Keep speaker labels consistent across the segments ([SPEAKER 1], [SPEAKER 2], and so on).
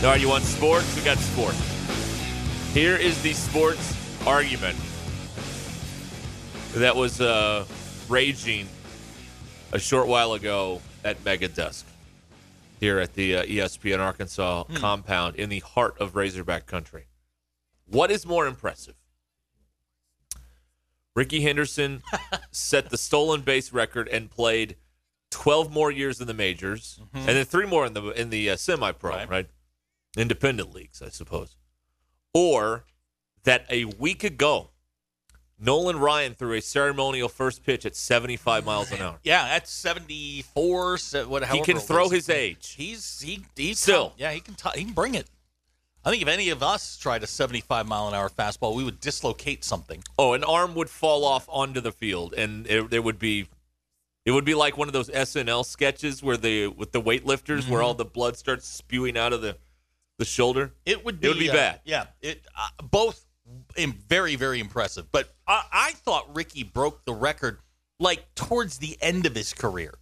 [SPEAKER 1] All right, you want sports? We got sports. Here is the sports argument that was uh, raging a short while ago at Mega Desk here at the uh, ESPN Arkansas compound in the heart of Razorback country. What is more impressive? Ricky Henderson set the stolen base record and played 12 more years in the majors and then 3 more in the in the uh, semi-pro,
[SPEAKER 2] Right.
[SPEAKER 1] right? Independent leagues, I suppose. Or that a week ago Nolan Ryan threw a ceremonial first pitch at 75 miles an hour.
[SPEAKER 2] Yeah, that's 74. se- What,
[SPEAKER 1] He
[SPEAKER 2] however
[SPEAKER 1] can
[SPEAKER 2] it
[SPEAKER 1] throw
[SPEAKER 2] was.
[SPEAKER 1] his age.
[SPEAKER 2] He's he he's
[SPEAKER 1] Still.
[SPEAKER 2] yeah he can t- he can bring it. I think if any of us tried a 75 mile an hour fastball, we would dislocate something.
[SPEAKER 1] Oh, an arm would fall off onto the field, and it, there would be, it would be like one of those SNL sketches where the with the weightlifters,
[SPEAKER 2] Mm-hmm.
[SPEAKER 1] where all the blood starts spewing out of the, the shoulder.
[SPEAKER 2] It would be
[SPEAKER 1] It would be
[SPEAKER 2] uh,
[SPEAKER 1] bad.
[SPEAKER 2] Yeah, it uh, both im- very very impressive. But I, I thought Ricky broke the record like towards the end of his career.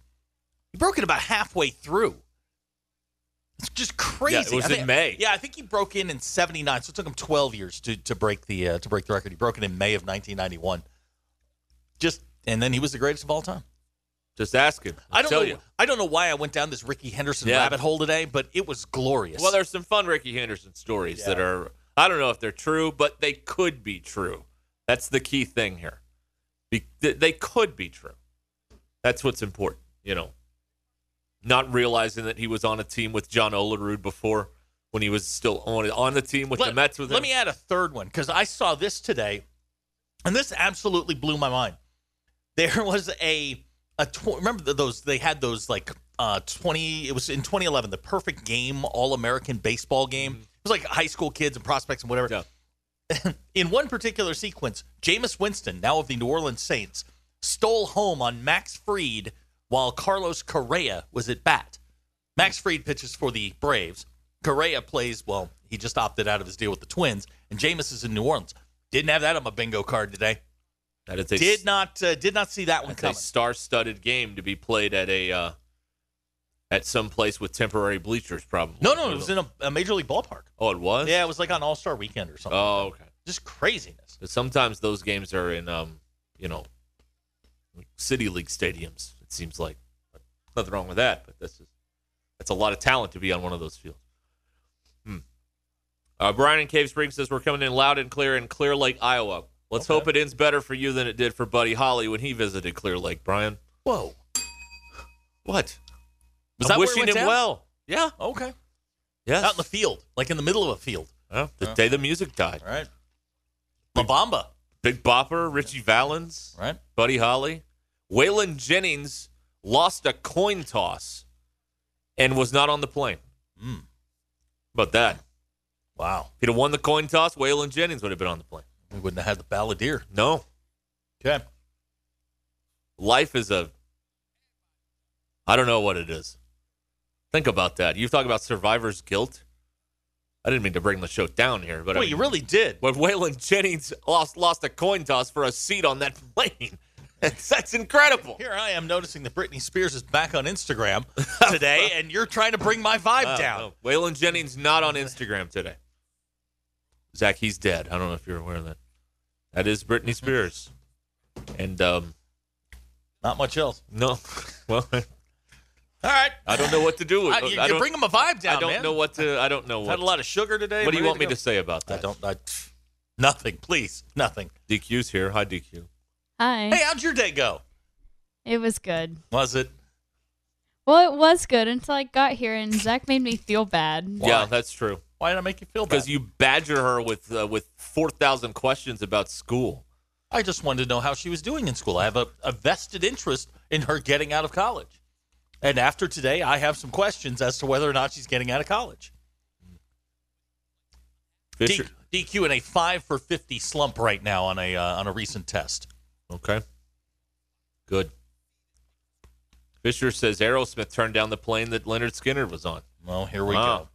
[SPEAKER 2] He broke it about halfway through. It's just crazy.
[SPEAKER 1] Yeah, it was
[SPEAKER 2] I
[SPEAKER 1] in
[SPEAKER 2] think-
[SPEAKER 1] May.
[SPEAKER 2] Yeah, I think he broke in in '79, so it took him 12 years to to break the uh, to break the record. He broke it in May of 1991. Just and then he was the greatest of all time.
[SPEAKER 1] Just ask him. I'll
[SPEAKER 2] I don't
[SPEAKER 1] tell
[SPEAKER 2] know.
[SPEAKER 1] you.
[SPEAKER 2] I don't know why I went down this Ricky Henderson
[SPEAKER 1] Yeah.
[SPEAKER 2] rabbit hole today, but it was glorious.
[SPEAKER 1] Well, there's some fun Ricky Henderson stories that are I don't know if they're true, but they could be true. That's the key thing here. Be, th- they could be true. That's what's important, you know. Not realizing that he was on a team with John Olerud before when he was still on on the team with
[SPEAKER 2] let,
[SPEAKER 1] the Mets with
[SPEAKER 2] let
[SPEAKER 1] him.
[SPEAKER 2] me add a third one because I saw this today, and this absolutely blew my mind. There was a a tw- remember th- those they had those like uh twenty. It was in 2011, the perfect game, All American baseball game. It was like high school kids and prospects and whatever.
[SPEAKER 1] Mm-hmm. Yeah.
[SPEAKER 2] In one particular sequence, Jameis Winston, now of the New Orleans Saints, stole home on Max Freed while Carlos Correa was at bat. Max Freed pitches for the Braves. Correa plays, well, he just opted out of his deal with the Twins, and Jameis is in New Orleans. Didn't have that on my bingo card today.
[SPEAKER 1] That is a,
[SPEAKER 2] Did not uh, did not see that one
[SPEAKER 1] that's a
[SPEAKER 2] coming.
[SPEAKER 1] star-studded game to be played at a uh, at some place with temporary bleachers, probably.
[SPEAKER 2] No, no, it was in a, a major league ballpark.
[SPEAKER 1] oh, it was.
[SPEAKER 2] Yeah, it was like on All Star Weekend or something.
[SPEAKER 1] Oh, okay.
[SPEAKER 2] just craziness.
[SPEAKER 1] But sometimes those games are in, um, you know, city league stadiums. It seems like nothing wrong with that, but that's just that's a lot of talent to be on one of those fields. Hmm. Uh, Brian in Cave Springs says we're coming in loud and clear in Clear Lake, Iowa. Let's hope it ends better for you than it did for Buddy Holly when he visited Clear Lake. Brian,
[SPEAKER 2] Whoa.
[SPEAKER 1] what? I'm
[SPEAKER 2] Was that where it
[SPEAKER 1] wishing
[SPEAKER 2] went
[SPEAKER 1] him
[SPEAKER 2] down?
[SPEAKER 1] well. Yeah.
[SPEAKER 2] Okay.
[SPEAKER 1] Yes.
[SPEAKER 2] Out in the field, like in the middle of a field.
[SPEAKER 1] Well, the day the music died.
[SPEAKER 2] All right. La Bamba.
[SPEAKER 1] Big Bopper, Richie Valens.
[SPEAKER 2] All Right.
[SPEAKER 1] Buddy Holly. Waylon Jennings lost a coin toss and was not on the plane.
[SPEAKER 2] Mm.
[SPEAKER 1] About that. If
[SPEAKER 2] Wow.
[SPEAKER 1] he'd have won the coin toss, Waylon Jennings would have been on the plane.
[SPEAKER 2] We wouldn't have had the balladeer.
[SPEAKER 1] No.
[SPEAKER 2] Okay.
[SPEAKER 1] Life is a I don't know what it is. Think about that. You talk about survivor's guilt. I didn't mean to bring the show down here, but I
[SPEAKER 2] Well,
[SPEAKER 1] mean,
[SPEAKER 2] you really did.
[SPEAKER 1] but Waylon Jennings lost lost a coin toss for a seat on that plane. That's, that's incredible.
[SPEAKER 2] Here I am noticing that Britney Spears is back on Instagram today, and you're trying to bring my vibe
[SPEAKER 1] Oh,
[SPEAKER 2] down.
[SPEAKER 1] no. Waylon Jennings not on Instagram today. Zach, he's dead. I don't know if you're aware of that. That is Britney Spears. And um
[SPEAKER 2] Not much else.
[SPEAKER 1] no, well,
[SPEAKER 2] All right.
[SPEAKER 1] I don't know what to do with.
[SPEAKER 2] I, you,
[SPEAKER 1] I
[SPEAKER 2] you're
[SPEAKER 1] don't,
[SPEAKER 2] bringing my vibe down,
[SPEAKER 1] I don't
[SPEAKER 2] man.
[SPEAKER 1] know what to. I don't know
[SPEAKER 2] Had
[SPEAKER 1] what.
[SPEAKER 2] a lot of sugar today.
[SPEAKER 1] What do you
[SPEAKER 2] ready
[SPEAKER 1] want me
[SPEAKER 2] go.
[SPEAKER 1] to say about
[SPEAKER 2] I
[SPEAKER 1] that?
[SPEAKER 2] don't. I, nothing. Please, nothing.
[SPEAKER 1] DQ's here. Hi, DQ.
[SPEAKER 3] Hi.
[SPEAKER 2] Hey, how'd your day go?
[SPEAKER 3] It was good.
[SPEAKER 2] Was it?
[SPEAKER 3] Well, it was good until I got here and Zach made me feel bad.
[SPEAKER 1] Yeah, that's true.
[SPEAKER 2] Why did I make you feel bad?
[SPEAKER 1] Because you badger her with uh, with four thousand questions about school.
[SPEAKER 2] I just wanted to know how she was doing in school. I have a, a vested interest in her getting out of college. And after today, I have some questions as to whether or not she's getting out of college.
[SPEAKER 1] Fisher.
[SPEAKER 2] D- DQ in a five for fifty slump right now on a uh, on a recent test.
[SPEAKER 1] Okay. Good. Fisher says Aerosmith turned down the plane that Leonard Skinner was on.
[SPEAKER 2] Well, here we
[SPEAKER 1] Wow.
[SPEAKER 2] go.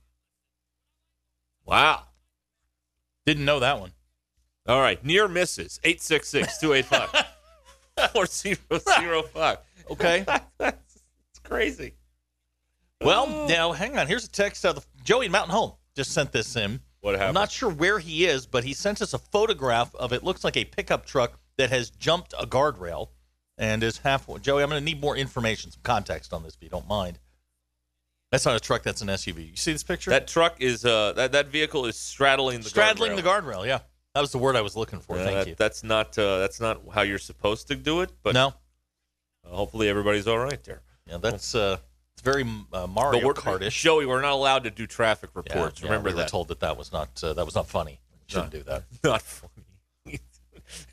[SPEAKER 1] Wow.
[SPEAKER 2] Didn't know that one.
[SPEAKER 1] All right. Near misses 866 285 4005.
[SPEAKER 2] Okay.
[SPEAKER 1] It's crazy.
[SPEAKER 2] well, now hang on. Here's a text out of the, Joey in Mountain Home just sent this in.
[SPEAKER 1] What
[SPEAKER 2] I'm
[SPEAKER 1] happened?
[SPEAKER 2] not sure where he is, but he sent us a photograph of it. Looks like a pickup truck that has jumped a guardrail and is halfway. Joey, I'm going to need more information, some context on this, if you don't mind. That's not a truck. That's an SUV. You see this picture?
[SPEAKER 1] that truck is, uh, that, that vehicle is straddling the
[SPEAKER 2] straddling
[SPEAKER 1] guardrail.
[SPEAKER 2] the guardrail. Yeah, that was the word I was looking for.
[SPEAKER 1] Yeah,
[SPEAKER 2] Thank
[SPEAKER 1] that-
[SPEAKER 2] you.
[SPEAKER 1] That's not, uh, that's not how you're supposed to do it, but
[SPEAKER 2] no,
[SPEAKER 1] uh, hopefully everybody's all right there.
[SPEAKER 2] yeah, that's uh, it's very uh, Mario
[SPEAKER 1] But we're-
[SPEAKER 2] Kartish.
[SPEAKER 1] Joey, we're not allowed to do traffic
[SPEAKER 2] Yeah,
[SPEAKER 1] reports.
[SPEAKER 2] yeah,
[SPEAKER 1] Remember
[SPEAKER 2] we were
[SPEAKER 1] that.
[SPEAKER 2] told that that was not uh, that was not funny. Shouldn't do that
[SPEAKER 1] not funny.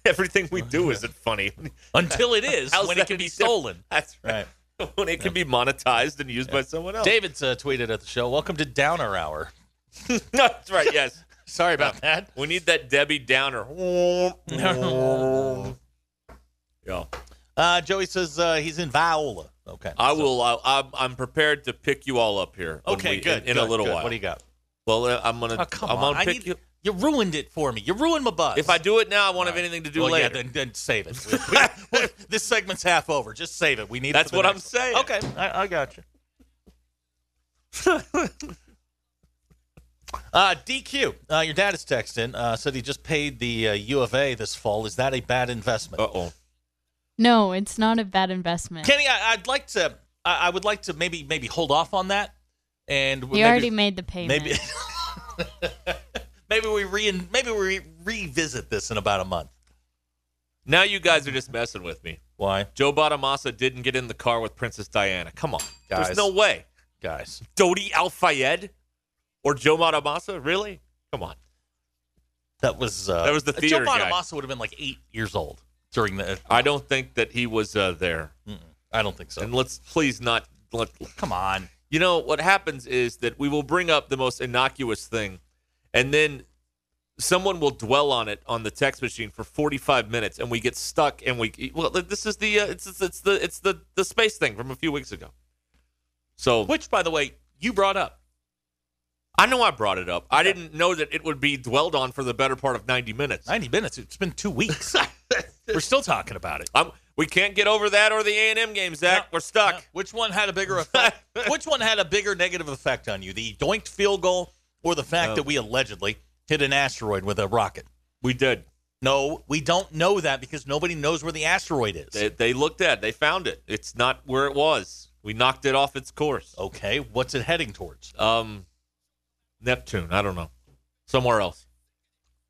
[SPEAKER 1] Everything we do isn't funny.
[SPEAKER 2] until it is
[SPEAKER 1] How's
[SPEAKER 2] when
[SPEAKER 1] that
[SPEAKER 2] it can be
[SPEAKER 1] any different?
[SPEAKER 2] stolen.
[SPEAKER 1] That's right. when it can be monetized and used by someone else.
[SPEAKER 2] David's uh, tweeted at the show. Welcome to Downer Hour.
[SPEAKER 1] That's right. Yes.
[SPEAKER 2] Sorry about that.
[SPEAKER 1] We need that Debbie Downer. yeah.
[SPEAKER 2] Uh, Joey says uh, he's in Viola. Okay.
[SPEAKER 1] I will. I, I'm, I'm prepared to pick you all up here. when
[SPEAKER 2] Okay,
[SPEAKER 1] we-
[SPEAKER 2] good.
[SPEAKER 1] In, in
[SPEAKER 2] good,
[SPEAKER 1] a little
[SPEAKER 2] good.
[SPEAKER 1] while.
[SPEAKER 2] What do you got?
[SPEAKER 1] well, uh, I'm gonna.
[SPEAKER 2] Oh, come
[SPEAKER 1] I'm
[SPEAKER 2] on.
[SPEAKER 1] gonna
[SPEAKER 2] I
[SPEAKER 1] pick
[SPEAKER 2] need-
[SPEAKER 1] you.
[SPEAKER 2] You ruined it for me. You ruined my buzz.
[SPEAKER 1] If I do it now, I won't
[SPEAKER 2] All
[SPEAKER 1] have
[SPEAKER 2] right.
[SPEAKER 1] anything to do
[SPEAKER 2] well,
[SPEAKER 1] later.
[SPEAKER 2] Yeah, then, then save it. We- we- this segment's half over. Just save it. We need. it
[SPEAKER 1] That's
[SPEAKER 2] for the
[SPEAKER 1] what I'm
[SPEAKER 2] next
[SPEAKER 1] saying.
[SPEAKER 2] one. Okay, I, I got you. uh, DQ, uh, your dad is texting. Uh, said he just paid the uh, U of A this fall. Is that a bad investment?
[SPEAKER 1] Uh oh.
[SPEAKER 3] No, it's not a bad investment.
[SPEAKER 2] Kenny, I, I'd like to. I, I would like to maybe maybe hold off on that. And
[SPEAKER 3] you already made the payment.
[SPEAKER 2] maybe maybe we re maybe we revisit this in about a month.
[SPEAKER 1] Now you guys are just messing with me.
[SPEAKER 2] Why,
[SPEAKER 1] Joe Bonamassa didn't get in the car with Princess Diana. Come on.
[SPEAKER 2] Guys.
[SPEAKER 1] There's no way.
[SPEAKER 2] guys?
[SPEAKER 1] Dodi Al Fayed or Joe Bonamassa? Really? Come on.
[SPEAKER 2] That was uh,
[SPEAKER 1] That was the
[SPEAKER 2] Joe
[SPEAKER 1] theater guy.
[SPEAKER 2] Bonamassa would have been like eight years old during the. uh, mm,
[SPEAKER 1] I don't think that he was uh, there.
[SPEAKER 2] I don't think so.
[SPEAKER 1] And let's please not. Let,
[SPEAKER 2] Come on,
[SPEAKER 1] you know what happens is that we will bring up the most innocuous thing, and then someone will dwell on it on the text machine for 45 minutes, and we get stuck. And we well, this is the uh, it's it's- it's the it's the the space thing from a few weeks ago. So
[SPEAKER 2] which by the way you brought up.
[SPEAKER 1] I know I brought it up. I didn't know that it would be dwelled on for the better part of 90 minutes.
[SPEAKER 2] Ninety minutes. It's been two weeks. We're still talking about it.
[SPEAKER 1] I'm, we can't get over that or the A&M game, Zach.
[SPEAKER 2] No,
[SPEAKER 1] We're stuck.
[SPEAKER 2] no. Which one had a bigger effect? Which one had a bigger negative effect on you? The doinked field goal or the fact
[SPEAKER 1] No.
[SPEAKER 2] that we allegedly hit an asteroid with a rocket?
[SPEAKER 1] We did.
[SPEAKER 2] No, we don't know that because nobody knows where the asteroid is.
[SPEAKER 1] They, they looked at. it. They found it. It's not where it was. We knocked it off its course.
[SPEAKER 2] okay, what's it heading towards?
[SPEAKER 1] Um, Neptune. I don't know. Somewhere else.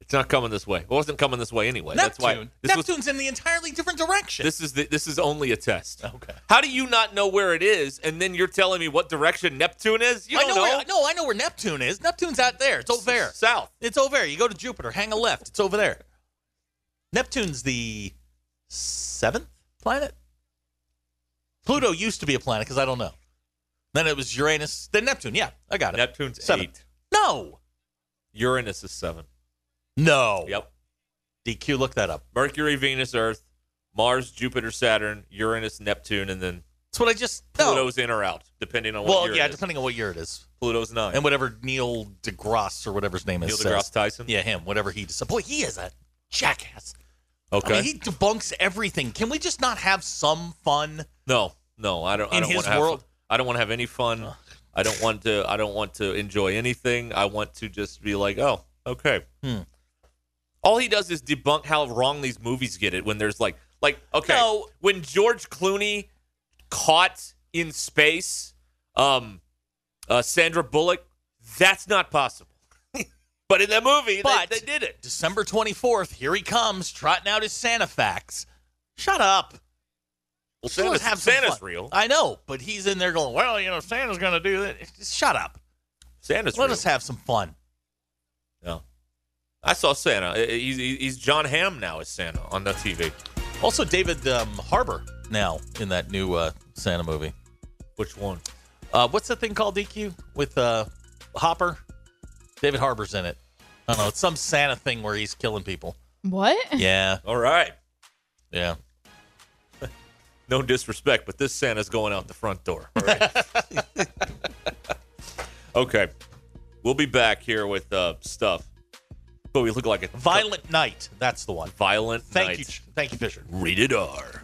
[SPEAKER 1] It's not coming this way. It wasn't coming this way anyway. That's why
[SPEAKER 2] Neptune.
[SPEAKER 1] this was-
[SPEAKER 2] Neptune's in the entirely different direction.
[SPEAKER 1] this is the, this is only a test.
[SPEAKER 2] okay.
[SPEAKER 1] How do you not know where it is, and then you're telling me what direction Neptune is? You
[SPEAKER 2] I
[SPEAKER 1] don't
[SPEAKER 2] know,
[SPEAKER 1] know.
[SPEAKER 2] Where, no, I know where Neptune is. Neptune's out there. It's over there.
[SPEAKER 1] South.
[SPEAKER 2] It's over there. You go to Jupiter, hang a left. It's over there. Neptune's the seventh planet. Pluto used to be a planet because I don't know. Then it was Uranus. Then Neptune. Yeah, I got it.
[SPEAKER 1] Neptune's
[SPEAKER 2] Seven.
[SPEAKER 1] eight.
[SPEAKER 2] No.
[SPEAKER 1] Uranus is seven.
[SPEAKER 2] No.
[SPEAKER 1] Yep.
[SPEAKER 2] DQ, look that up.
[SPEAKER 1] Mercury, Venus, Earth, Mars, Jupiter, Saturn, Uranus, Neptune, and then
[SPEAKER 2] That's what I just. No.
[SPEAKER 1] Pluto's in or out, depending on what
[SPEAKER 2] Well,
[SPEAKER 1] year
[SPEAKER 2] yeah,
[SPEAKER 1] it is.
[SPEAKER 2] depending on what year it is,
[SPEAKER 1] Pluto's nine.
[SPEAKER 2] and whatever Neil deGrasse or whatever his name is.
[SPEAKER 1] Neil
[SPEAKER 2] says.
[SPEAKER 1] deGrasse Tyson.
[SPEAKER 2] Yeah, him. Whatever he decides. Boy, he is a jackass.
[SPEAKER 1] Okay.
[SPEAKER 2] I mean, he debunks everything. Can we just not have some fun?
[SPEAKER 1] no, no, I don't. I
[SPEAKER 2] In
[SPEAKER 1] don't
[SPEAKER 2] his
[SPEAKER 1] want to have
[SPEAKER 2] world-
[SPEAKER 1] fun. I don't want to have any fun. I don't want to. I don't want to enjoy anything. I want to just be like, oh, okay.
[SPEAKER 2] Hmm.
[SPEAKER 1] All he does is debunk how wrong these movies get it when there's like, like, okay,
[SPEAKER 2] No.
[SPEAKER 1] when George Clooney caught in space, um, uh, Sandra Bullock, that's not possible. but in that movie, they-
[SPEAKER 2] But-
[SPEAKER 1] they did it.
[SPEAKER 2] December 24th, here he comes, trotting out his Santa facts. Shut up.
[SPEAKER 1] Well,
[SPEAKER 2] Just let
[SPEAKER 1] Santa's,
[SPEAKER 2] us have some
[SPEAKER 1] Santa's
[SPEAKER 2] fun.
[SPEAKER 1] real.
[SPEAKER 2] I know, but he's in there going, well, you know, Santa's going to do that. Just Shut up.
[SPEAKER 1] Santa's
[SPEAKER 2] Let
[SPEAKER 1] real.
[SPEAKER 2] us have some fun.
[SPEAKER 1] No. I saw Santa. Uh, He's, he's John Hamm now as Santa on the TV.
[SPEAKER 2] Also, David um, Harbour now in that new uh, Santa movie.
[SPEAKER 1] Which one?
[SPEAKER 2] Uh, what's the thing called DQ with uh, Hopper? David Harbour's in it. I don't know. It's some Santa thing where he's killing people.
[SPEAKER 3] What?
[SPEAKER 2] Yeah.
[SPEAKER 1] All right.
[SPEAKER 2] Yeah.
[SPEAKER 1] No disrespect, but this Santa's going out the front door. All right. okay. We'll be back here with uh, stuff. But we look like a
[SPEAKER 2] Violent Night. That's the one.
[SPEAKER 1] violent
[SPEAKER 2] Thank
[SPEAKER 1] night.
[SPEAKER 2] you. Ch- Thank you, Fisher.
[SPEAKER 1] Rated R.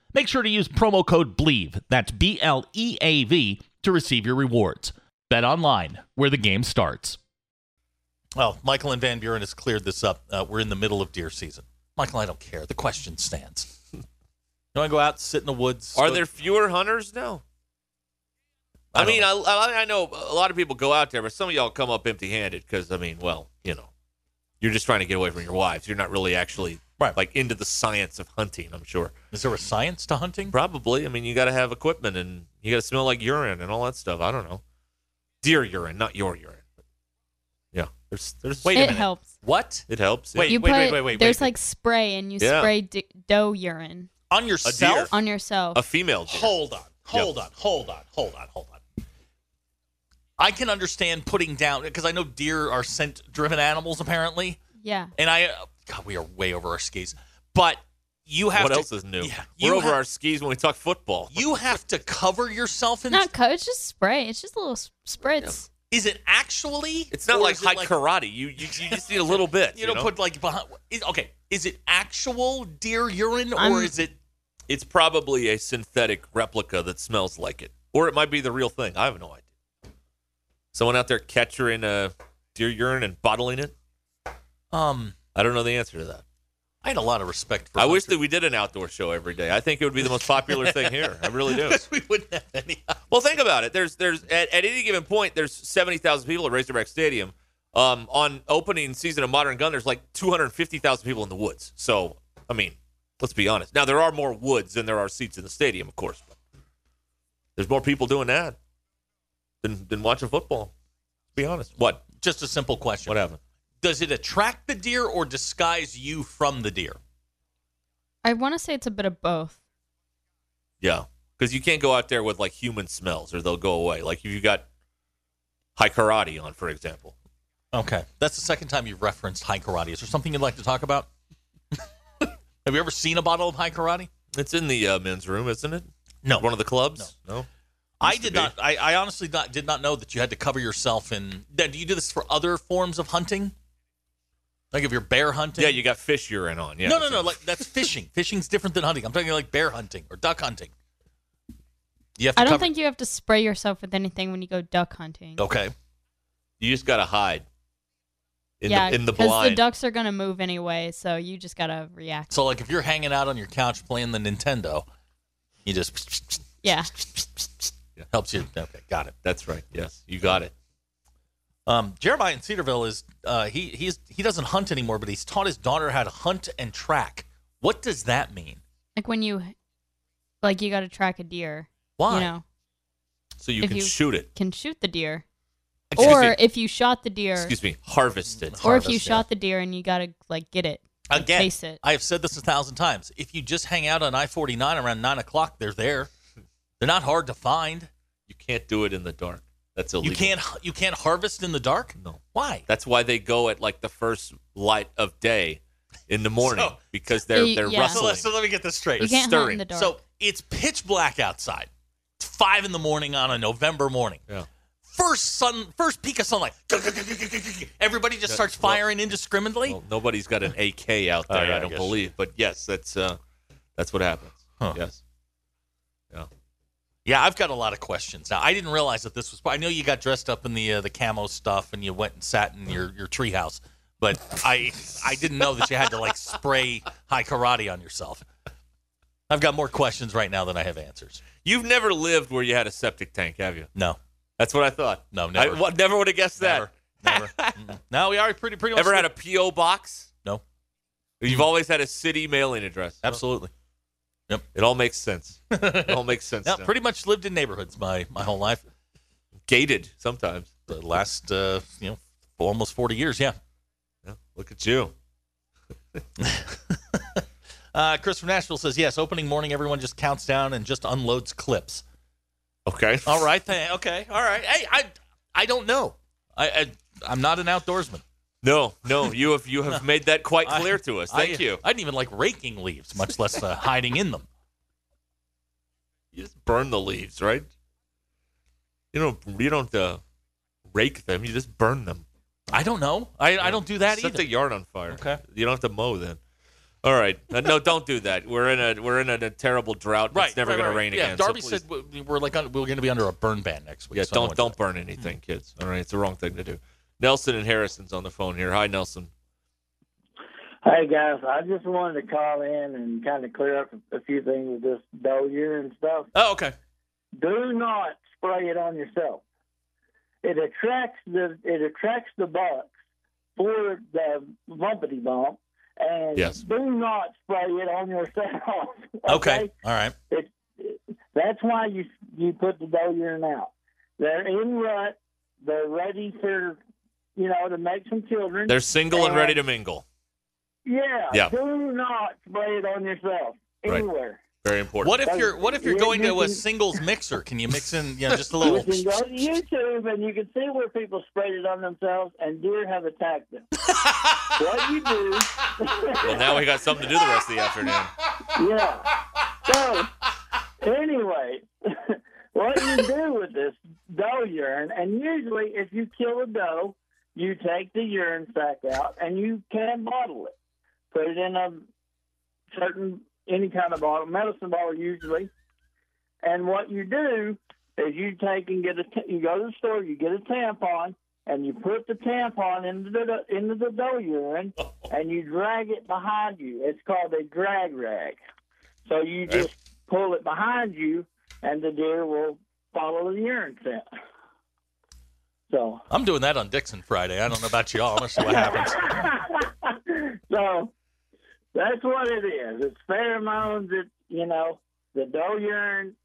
[SPEAKER 2] Make sure to use promo code BLEAV, that's B L E A V, to receive your rewards. Bet online, where the game starts. Well, Michael and Van Buren has cleared this up. Uh, we're in the middle of deer season. Michael, I don't care. The question stands. You want to go out, sit in the woods?
[SPEAKER 1] Are
[SPEAKER 2] go-
[SPEAKER 1] there fewer hunters now? I,
[SPEAKER 2] don't
[SPEAKER 1] mean,
[SPEAKER 2] know.
[SPEAKER 1] I, I I know a lot of people go out there, but some of y'all come up empty-handed because I mean, well, you know, you're just trying to get away from your wives. You're not really actually
[SPEAKER 2] Right. Mm-hmm.
[SPEAKER 1] like into the science of hunting. I'm sure.
[SPEAKER 2] Is there a science to hunting?
[SPEAKER 1] Probably. I mean, you got to have equipment and you got to smell like urine and all that stuff. I don't know. Deer urine, not your urine. Yeah, there's there's
[SPEAKER 2] Wait a
[SPEAKER 3] it
[SPEAKER 2] minute.
[SPEAKER 3] helps.
[SPEAKER 2] What?
[SPEAKER 1] It helps. yeah.
[SPEAKER 2] Wait,
[SPEAKER 3] You
[SPEAKER 2] wait,
[SPEAKER 3] put,
[SPEAKER 2] wait, wait, wait,
[SPEAKER 3] There's
[SPEAKER 2] wait.
[SPEAKER 3] like spray, and you
[SPEAKER 1] Yeah.
[SPEAKER 3] spray d- doe urine
[SPEAKER 2] On yourself?
[SPEAKER 3] on yourself.
[SPEAKER 1] a female deer.
[SPEAKER 2] Hold on, hold on, hold on, hold on, hold on. I can understand putting down because I know deer are scent-driven animals apparently,
[SPEAKER 3] yeah.
[SPEAKER 2] and I uh, God, we are way over our skis. But you have
[SPEAKER 1] What
[SPEAKER 2] to,
[SPEAKER 1] else is new?
[SPEAKER 2] Yeah,
[SPEAKER 1] We're
[SPEAKER 2] you
[SPEAKER 1] over
[SPEAKER 2] have-
[SPEAKER 1] our skis when we talk football.
[SPEAKER 2] You have to cover yourself in.
[SPEAKER 3] Not cut. It's just spray. It's just a little s- spritz.
[SPEAKER 2] is it actually?
[SPEAKER 1] It's not
[SPEAKER 2] or
[SPEAKER 1] like
[SPEAKER 2] is it
[SPEAKER 1] high karate. You, you you just need a little bit.
[SPEAKER 2] You don't
[SPEAKER 1] know?
[SPEAKER 2] put like behind. Is, okay, is it actual deer urine or
[SPEAKER 3] I'm-
[SPEAKER 2] is it?
[SPEAKER 1] It's probably a synthetic replica that smells like it, or it might be the real thing. I have no idea. Someone out there catching uh, deer urine and bottling it.
[SPEAKER 2] Um,
[SPEAKER 1] I don't know the answer to that.
[SPEAKER 2] I had a lot of respect for.
[SPEAKER 1] I wish that we did an outdoor show every day. I think it would be the most popular thing here. I really do.
[SPEAKER 2] hunters. we wouldn't have any.
[SPEAKER 1] Well, think about it. There's there's at, at any given point there's seventy thousand people at Razorback Stadium. Um, on opening season of Modern Gun, there's like two hundred fifty thousand people in the woods. So I mean, let's be honest. Now there are more woods than there are seats in the stadium, of course. But there's more people doing that than than watching football. Let's be honest. What
[SPEAKER 2] Just a simple question.
[SPEAKER 1] what happened?
[SPEAKER 2] does it attract the deer or disguise you from the deer?
[SPEAKER 3] I want to say it's a bit of both.
[SPEAKER 1] Yeah, because you can't go out there with like human smells, or they'll go away. Like if you got high karate on, for example.
[SPEAKER 2] Okay. That's the second time you've referenced high karate. Is there something you'd like to talk about? Have you ever seen a bottle of high karate?
[SPEAKER 1] It's in the uh, men's room, isn't it?
[SPEAKER 2] No.
[SPEAKER 1] One of the clubs. no?
[SPEAKER 2] I
[SPEAKER 1] Used to
[SPEAKER 2] did
[SPEAKER 1] be.
[SPEAKER 2] not I, I honestly not did not know that you had to cover yourself in now, do you do this for other forms of hunting? Like if you're bear hunting?
[SPEAKER 1] Yeah, you got fish urine on. Yeah.
[SPEAKER 2] No, no, no. Like that's fishing. Fishing's different than hunting. I'm talking like bear hunting or duck hunting. You have to
[SPEAKER 3] I don't
[SPEAKER 2] cover-
[SPEAKER 3] think you have to spray yourself with anything when you go duck hunting.
[SPEAKER 2] Okay.
[SPEAKER 1] you just gotta hide. In
[SPEAKER 3] yeah,
[SPEAKER 1] the in the
[SPEAKER 3] because
[SPEAKER 1] blind.
[SPEAKER 3] the ducks are gonna move anyway, so you just gotta react.
[SPEAKER 2] So like if you're hanging out on your couch playing the Nintendo, you just
[SPEAKER 3] Yeah,
[SPEAKER 2] helps you. Okay, got it.
[SPEAKER 1] That's right. Yes, you got it.
[SPEAKER 2] Um, Jeremiah in Cedarville is uh, he he's he doesn't hunt anymore, but he's taught his daughter how to hunt and track. What does that mean?
[SPEAKER 3] like when you, like you gotta track a deer.
[SPEAKER 2] Why?
[SPEAKER 3] You know,
[SPEAKER 1] So you
[SPEAKER 3] If
[SPEAKER 1] can
[SPEAKER 3] you-
[SPEAKER 1] shoot it.
[SPEAKER 3] can shoot the deer,
[SPEAKER 1] Excuse
[SPEAKER 3] or
[SPEAKER 1] me.
[SPEAKER 3] if you shot the deer,
[SPEAKER 1] Excuse me. Harvest it.
[SPEAKER 3] or if you
[SPEAKER 2] harvest,
[SPEAKER 3] shot the deer and you gotta like get it. like,
[SPEAKER 2] Again,
[SPEAKER 3] face it.
[SPEAKER 2] I have said this a thousand times. If you just hang out on I forty nine around nine o'clock, they're there. They're not hard to find.
[SPEAKER 1] You can't do it in the dark. That's illegal.
[SPEAKER 2] You can't you can't harvest in the dark.
[SPEAKER 1] No.
[SPEAKER 2] Why?
[SPEAKER 1] That's why they go at like the first light of day in the morning
[SPEAKER 2] So-
[SPEAKER 1] because they're
[SPEAKER 3] You-
[SPEAKER 1] they're
[SPEAKER 3] yeah.
[SPEAKER 2] So,
[SPEAKER 1] rustling.
[SPEAKER 2] let- so let me get this straight.
[SPEAKER 3] you can't hunt in
[SPEAKER 1] stirring.
[SPEAKER 3] the dark.
[SPEAKER 2] So it's pitch black outside. It's five in the morning on a November morning.
[SPEAKER 1] Yeah.
[SPEAKER 2] first sun, first peak of sunlight, everybody just starts
[SPEAKER 1] well-
[SPEAKER 2] firing indiscriminately.
[SPEAKER 1] Well, nobody's got an AK out
[SPEAKER 2] Oh,
[SPEAKER 1] there,
[SPEAKER 2] yeah, I
[SPEAKER 1] I don't
[SPEAKER 2] guess.
[SPEAKER 1] believe. But yes, that's uh, that's what happens.
[SPEAKER 2] Huh.
[SPEAKER 1] Yes.
[SPEAKER 2] Yeah, I've got a lot of questions. Now, I didn't realize that this was. I know you got dressed up in the uh, the camo stuff and you went and sat in your your treehouse, but I I didn't know that you had to like spray high karate on yourself. I've got more questions right now than I have answers.
[SPEAKER 1] You've never lived where you had a septic tank, have you?
[SPEAKER 2] No,
[SPEAKER 1] That's what I thought.
[SPEAKER 2] No,
[SPEAKER 1] I
[SPEAKER 2] never.
[SPEAKER 1] wa- never would have guessed
[SPEAKER 2] never,
[SPEAKER 1] that.
[SPEAKER 2] never. Mm-mm. no, we are pretty pretty. Much
[SPEAKER 1] Ever had a PO box?
[SPEAKER 2] no?
[SPEAKER 1] You've always had a city mailing address.
[SPEAKER 2] Absolutely.
[SPEAKER 1] It all makes sense. it all makes sense.
[SPEAKER 2] Yeah,
[SPEAKER 1] now.
[SPEAKER 2] pretty much lived in neighborhoods my my whole life.
[SPEAKER 1] gated sometimes.
[SPEAKER 2] The last uh, you know almost forty years. Yeah.
[SPEAKER 1] Yeah, look at you.
[SPEAKER 2] Uh, Chris from Nashville says yes. Opening morning, everyone just counts down and just unloads clips.
[SPEAKER 1] Okay.
[SPEAKER 2] All right. Th- okay. All right. Hey, I I don't know. I, I I'm not an outdoorsman.
[SPEAKER 1] No, no, you have you have made that quite clear to us. Thank
[SPEAKER 2] I,
[SPEAKER 1] you.
[SPEAKER 2] I didn't even like raking leaves, much less uh, hiding in them.
[SPEAKER 1] You just burn the leaves, right? You don't you don't uh, rake them. You just burn them.
[SPEAKER 2] I don't know. I, I don't do that
[SPEAKER 1] Set the
[SPEAKER 2] either.
[SPEAKER 1] yard on fire.
[SPEAKER 2] Okay.
[SPEAKER 1] You don't have to mow then. All right. Uh, no, don't do that. We're in a we're in a, terrible drought.
[SPEAKER 2] Right.
[SPEAKER 1] It's never
[SPEAKER 2] right,
[SPEAKER 1] going
[SPEAKER 2] right.
[SPEAKER 1] to rain
[SPEAKER 2] yeah,
[SPEAKER 1] again. so
[SPEAKER 2] Darby
[SPEAKER 1] please-
[SPEAKER 2] said we- we're like un- we're going to be under a burn ban next week.
[SPEAKER 1] Yeah,
[SPEAKER 2] so I
[SPEAKER 1] don't
[SPEAKER 2] went
[SPEAKER 1] don't burn anything, kids. All right, it's the wrong thing to do. Nelson and Harrison's on the phone here. Hi, Nelson.
[SPEAKER 4] Hey guys, I just wanted to call in and kind of clear up a few things with this dull year and stuff.
[SPEAKER 2] Oh, okay.
[SPEAKER 4] Do not spray it on yourself. It attracts the it attracts the bugs for the bumpity bump, and
[SPEAKER 1] Yes.
[SPEAKER 4] do not spray it on yourself.
[SPEAKER 2] Okay. All right.
[SPEAKER 4] That's why you you put the dull urine out. They're in rut. They're ready for you know to make some children.
[SPEAKER 1] They're single and ready to mingle.
[SPEAKER 4] yeah,
[SPEAKER 1] Yeah.
[SPEAKER 4] Do not spray it on yourself
[SPEAKER 1] Right.
[SPEAKER 4] anywhere.
[SPEAKER 1] Very important.
[SPEAKER 2] What if you're what if you're
[SPEAKER 4] Yeah,
[SPEAKER 2] going to
[SPEAKER 4] you
[SPEAKER 2] a
[SPEAKER 4] can-
[SPEAKER 2] singles mixer? Can you mix in you know just a
[SPEAKER 4] You
[SPEAKER 2] little?
[SPEAKER 4] can go to YouTube and you can see where people sprayed it on themselves and deer have attacked them. what you do,
[SPEAKER 1] Well, now we got something to do the rest of the afternoon.
[SPEAKER 4] yeah. So, anyway, what you do with this doe urine, and usually if you kill a doe, you take the urine sac out and you can bottle it. Put it in a certain, any kind of bottle, medicine bottle usually. And what you do is you take and get a, t- you go to the store, you get a tampon, and you put the tampon into the into the doe urine, and you drag it behind you. It's called a drag rag. So you just pull it behind you, and the deer will follow the urine scent. So
[SPEAKER 2] I'm doing that on Dixon Friday. I don't know about y'all. I'm gonna see what happens.
[SPEAKER 4] so that's what it is. It's pheromones. It you know the doe urine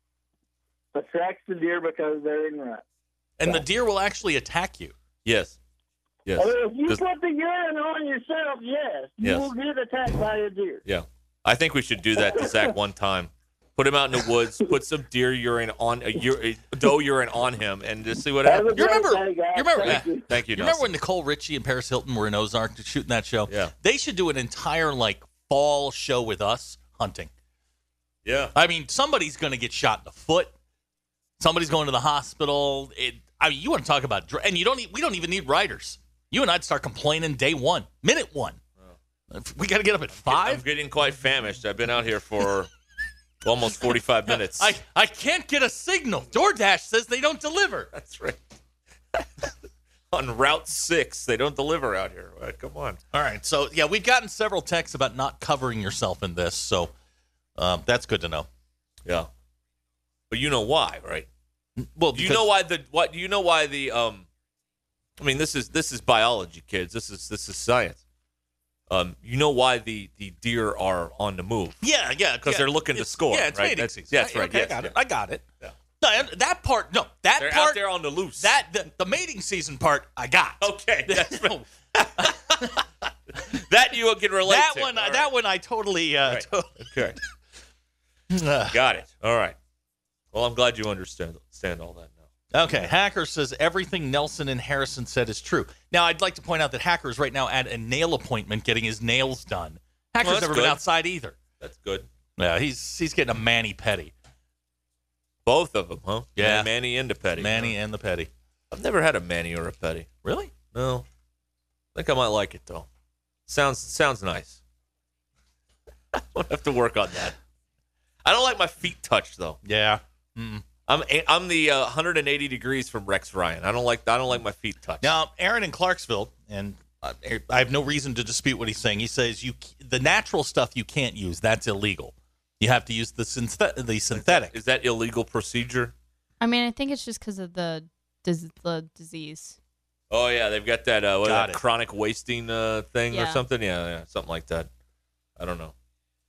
[SPEAKER 4] attracts the deer because they're in rut.
[SPEAKER 2] And the deer will actually attack you.
[SPEAKER 1] Yes. Yes.
[SPEAKER 4] Well, if you
[SPEAKER 1] Does-
[SPEAKER 4] put the urine on yourself, yes, you
[SPEAKER 1] Yes.
[SPEAKER 4] will get attacked by a deer.
[SPEAKER 1] yeah. I think we should do that to Zach one time. Put him out in the woods. Put some deer urine on a, ur- a doe urine on him, and just see what
[SPEAKER 4] Have a
[SPEAKER 1] happens.
[SPEAKER 4] great
[SPEAKER 2] remember-
[SPEAKER 4] day, guys.
[SPEAKER 2] you remember
[SPEAKER 4] Thank
[SPEAKER 2] that.
[SPEAKER 4] you.
[SPEAKER 1] Thank you,
[SPEAKER 2] You
[SPEAKER 1] Nelson.
[SPEAKER 2] remember when Nicole Richie and Paris Hilton were in Ozark shooting that show?
[SPEAKER 1] Yeah.
[SPEAKER 2] They should do an entire like fall show with us hunting.
[SPEAKER 1] yeah.
[SPEAKER 2] I mean, somebody's going to get shot in the foot. Somebody's going to the hospital. It, I mean, you want to talk about dr- and you don't. Need, we don't even need writers. You and I'd start complaining day one, minute one. We got to get up at
[SPEAKER 1] I'm
[SPEAKER 2] five.
[SPEAKER 1] getting quite famished. I've been out here for almost 45 minutes.
[SPEAKER 2] I, I can't get a signal. DoorDash says they don't deliver.
[SPEAKER 1] That's right. on Route Six, they don't deliver out here. All right, come on.
[SPEAKER 2] All right. So, yeah, we've gotten several texts about not covering yourself in this. So, um, that's good to know.
[SPEAKER 1] Yeah. But you know why, right?
[SPEAKER 2] Well,
[SPEAKER 1] Do you know why the what do you know why the um I mean this is this is biology kids this is this is science um you know why the the deer are on the move
[SPEAKER 2] Yeah, yeah,
[SPEAKER 1] 'Cause
[SPEAKER 2] yeah.
[SPEAKER 1] they're looking to
[SPEAKER 2] It's-
[SPEAKER 1] score,
[SPEAKER 2] Yeah, it's
[SPEAKER 1] right?
[SPEAKER 2] mating
[SPEAKER 1] That's-
[SPEAKER 2] season.
[SPEAKER 1] yeah, that's
[SPEAKER 2] I-
[SPEAKER 1] right,
[SPEAKER 2] okay, I
[SPEAKER 1] yes,
[SPEAKER 2] got
[SPEAKER 1] yeah.
[SPEAKER 2] it. I got it. No, and that part, no, that
[SPEAKER 1] they're out
[SPEAKER 2] part,
[SPEAKER 1] there on the loose
[SPEAKER 2] that the, the mating season part, I got.
[SPEAKER 1] okay that's right.
[SPEAKER 2] No,
[SPEAKER 1] that you can relate
[SPEAKER 2] that
[SPEAKER 1] to.
[SPEAKER 2] one,
[SPEAKER 1] All
[SPEAKER 2] that one, I totally. Uh,
[SPEAKER 1] Right.
[SPEAKER 2] to-
[SPEAKER 1] okay got it all right well I'm glad you understand understand all that now
[SPEAKER 2] okay, Hacker says everything Nelson and Harrison said is true. Now, I'd like to point out that Hacker is right now at a nail appointment, getting his nails done. Hacker's
[SPEAKER 1] that's
[SPEAKER 2] never
[SPEAKER 1] good.
[SPEAKER 2] been outside either.
[SPEAKER 1] that's good
[SPEAKER 2] Yeah, he's he's getting a mani petty,
[SPEAKER 1] both of them huh
[SPEAKER 2] Yeah.
[SPEAKER 1] Manny and the Petty
[SPEAKER 2] mani and the petty.
[SPEAKER 1] I've never had a mani or a petty.
[SPEAKER 2] Really?
[SPEAKER 1] No. I think I might like it though. Sounds sounds nice. I'll have to work on that. I don't like my feet touched though.
[SPEAKER 2] Yeah.
[SPEAKER 1] I'm a- I'm the uh, 180 degrees from Rex Ryan. I don't like I don't like my feet touched.
[SPEAKER 2] Now, Aaron in Clarksville, and uh, I have no reason to dispute what he's saying. He says you c- the natural stuff you can't use. That's illegal. You have to use the synthet- the synthetic.
[SPEAKER 1] Is that illegal procedure?
[SPEAKER 3] I mean, I think it's just because of the dis- the disease.
[SPEAKER 1] Oh yeah, they've got that uh, what,
[SPEAKER 2] Got
[SPEAKER 1] that
[SPEAKER 2] it.
[SPEAKER 1] chronic wasting uh, thing or
[SPEAKER 3] Yeah.
[SPEAKER 1] something. Yeah, yeah, something like that. I don't know.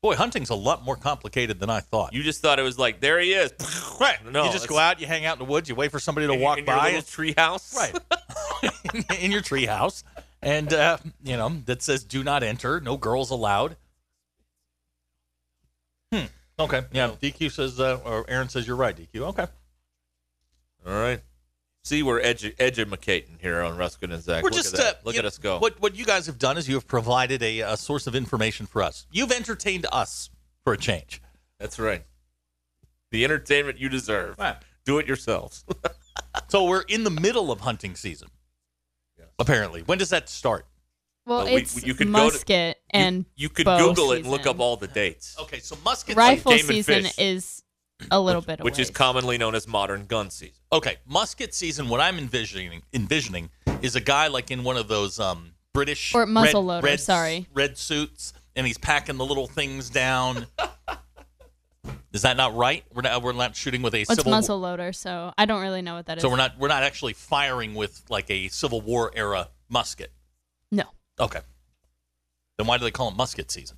[SPEAKER 2] Boy, hunting's a lot more complicated than I thought.
[SPEAKER 1] You just thought it was like there he is.
[SPEAKER 2] right.
[SPEAKER 1] No,
[SPEAKER 2] you just go
[SPEAKER 1] that's-
[SPEAKER 2] out, you hang out in the woods, you wait for somebody to
[SPEAKER 1] in-
[SPEAKER 2] walk
[SPEAKER 1] in
[SPEAKER 2] by.
[SPEAKER 1] your little tree house.
[SPEAKER 2] right. in your treehouse, and uh, you know that says "Do not enter. No girls allowed." Hmm. Okay. Yeah. DQ says, uh, or Aaron says, "You're right." DQ. Okay.
[SPEAKER 1] All right. See, we're edu- edumacating here on Ruskin and Zach.
[SPEAKER 2] We're
[SPEAKER 1] Look
[SPEAKER 2] just
[SPEAKER 1] at that.
[SPEAKER 2] uh,
[SPEAKER 1] look
[SPEAKER 2] you
[SPEAKER 1] at
[SPEAKER 2] know,
[SPEAKER 1] us go.
[SPEAKER 2] What what you guys have done is you have provided a, a source of information for us. You've entertained us for a change.
[SPEAKER 1] That's right. The entertainment you deserve.
[SPEAKER 2] Right.
[SPEAKER 1] Do it yourselves.
[SPEAKER 2] So we're in the middle of hunting season. Apparently, when does that start?
[SPEAKER 3] Well,
[SPEAKER 1] Well, we-
[SPEAKER 3] it's
[SPEAKER 1] we- you could go to-
[SPEAKER 3] musket and
[SPEAKER 1] you, you could
[SPEAKER 3] bow
[SPEAKER 1] Google it and look
[SPEAKER 3] season.
[SPEAKER 1] up all the dates,
[SPEAKER 2] Okay, so muskets.
[SPEAKER 3] rifle
[SPEAKER 1] game and
[SPEAKER 3] season
[SPEAKER 1] fish.
[SPEAKER 3] is a little bit
[SPEAKER 1] which
[SPEAKER 3] away.
[SPEAKER 1] is commonly known as modern gun season.
[SPEAKER 2] Okay, musket season. What I'm envisioning envisioning is a guy like in one of those um, British
[SPEAKER 3] Or muzzle
[SPEAKER 2] red-
[SPEAKER 3] loader,
[SPEAKER 2] red,
[SPEAKER 3] sorry.
[SPEAKER 2] red suits, and he's packing the little things down. is that not right? We're not we're not shooting with a
[SPEAKER 3] Well, it's
[SPEAKER 2] civil
[SPEAKER 3] muzzle loader, so I don't really know what that is.
[SPEAKER 2] So we're not we're not actually firing with like a Civil War era musket.
[SPEAKER 3] no,
[SPEAKER 2] Okay. Then why do they call it musket season?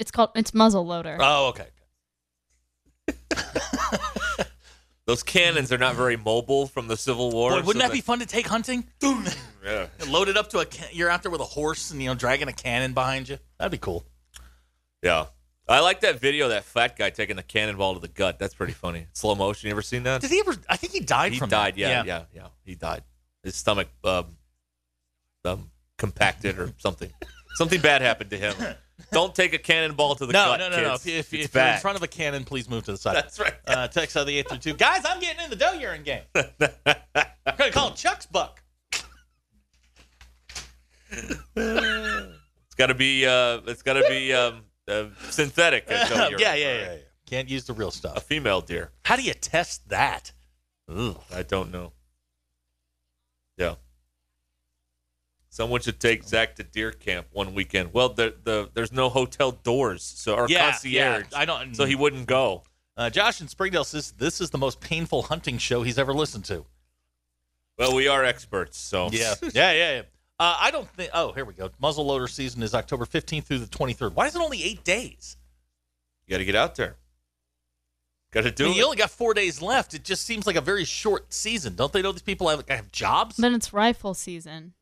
[SPEAKER 3] it's called it's muzzle loader.
[SPEAKER 1] Uh,
[SPEAKER 2] Oh, okay.
[SPEAKER 1] Those cannons are not very mobile from the Civil War.
[SPEAKER 2] Boy, wouldn't
[SPEAKER 1] so
[SPEAKER 2] that be fun to take hunting?
[SPEAKER 1] they- Yeah.
[SPEAKER 2] Load it up to a can- you're out there with a horse and you know dragging a cannon behind you. That'd be cool.
[SPEAKER 1] Yeah. I like that video, that fat guy taking the cannonball to the gut. That's pretty funny. Slow motion. You ever seen that?
[SPEAKER 2] Did he ever? I think he died
[SPEAKER 1] He
[SPEAKER 2] from
[SPEAKER 1] died.
[SPEAKER 2] that.
[SPEAKER 1] Yeah, yeah, yeah, He died. His stomach um, um, compacted or something. something bad happened to him. Don't take a cannonball to the
[SPEAKER 2] No,
[SPEAKER 1] gut,
[SPEAKER 2] no, no, no.
[SPEAKER 1] kids.
[SPEAKER 2] If, if,
[SPEAKER 1] It's
[SPEAKER 2] if you're in
[SPEAKER 1] bad.
[SPEAKER 2] front of a cannon, please move to the side.
[SPEAKER 1] That's right.
[SPEAKER 2] Uh, text out of the eight three two. Guys, I'm getting in the dough urine game. I'm gonna call it Chuck's buck.
[SPEAKER 1] It's got to be. Uh, it's got to be um, uh, synthetic. I tell you.
[SPEAKER 2] Can't use the real
[SPEAKER 1] A
[SPEAKER 2] stuff.
[SPEAKER 1] female deer.
[SPEAKER 2] How do you test that? Ugh.
[SPEAKER 1] I don't know. Yeah. Someone should take Zach to deer camp one weekend. Well, the, the there's no hotel doors, so or
[SPEAKER 2] yeah,
[SPEAKER 1] concierge,
[SPEAKER 2] yeah, I don't.
[SPEAKER 1] so he wouldn't go.
[SPEAKER 2] Uh, Josh in Springdale says this is the most painful hunting show he's ever listened to.
[SPEAKER 1] Well, we are experts, so
[SPEAKER 2] yeah, yeah, yeah. Uh, I don't think. Oh, here we go. Muzzleloader season is October 15th through the 23rd. Why is it only eight days?
[SPEAKER 1] You got to get out there. Got to
[SPEAKER 2] I
[SPEAKER 1] do
[SPEAKER 2] mean,
[SPEAKER 1] it.
[SPEAKER 2] you only got four days left. It just seems like a very short season. Don't they know these people have, have jobs?
[SPEAKER 3] Then it's rifle season.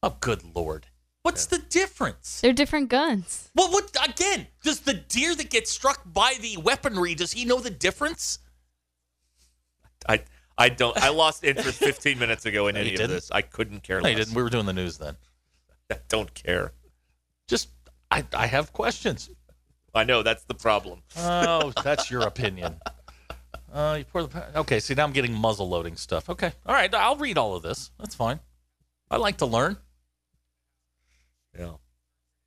[SPEAKER 2] Oh, good lord! What's the difference?
[SPEAKER 3] They're different guns.
[SPEAKER 2] Well, what again? Does the deer that gets struck by the weaponry does he know the difference?
[SPEAKER 1] I I don't. I lost interest 15 minutes ago in
[SPEAKER 2] No, you
[SPEAKER 1] any of
[SPEAKER 2] didn't.
[SPEAKER 1] this. I couldn't care
[SPEAKER 2] No,
[SPEAKER 1] less.
[SPEAKER 2] you didn't. We were doing the news then.
[SPEAKER 1] I don't care.
[SPEAKER 2] Just, I, I have questions.
[SPEAKER 1] I know that's the problem.
[SPEAKER 2] Oh, that's your opinion. Uh, you pour the pa- okay. See, now I'm getting muzzle loading stuff. Okay, all right. I'll read all of this. That's fine. I like to learn.
[SPEAKER 1] Yeah.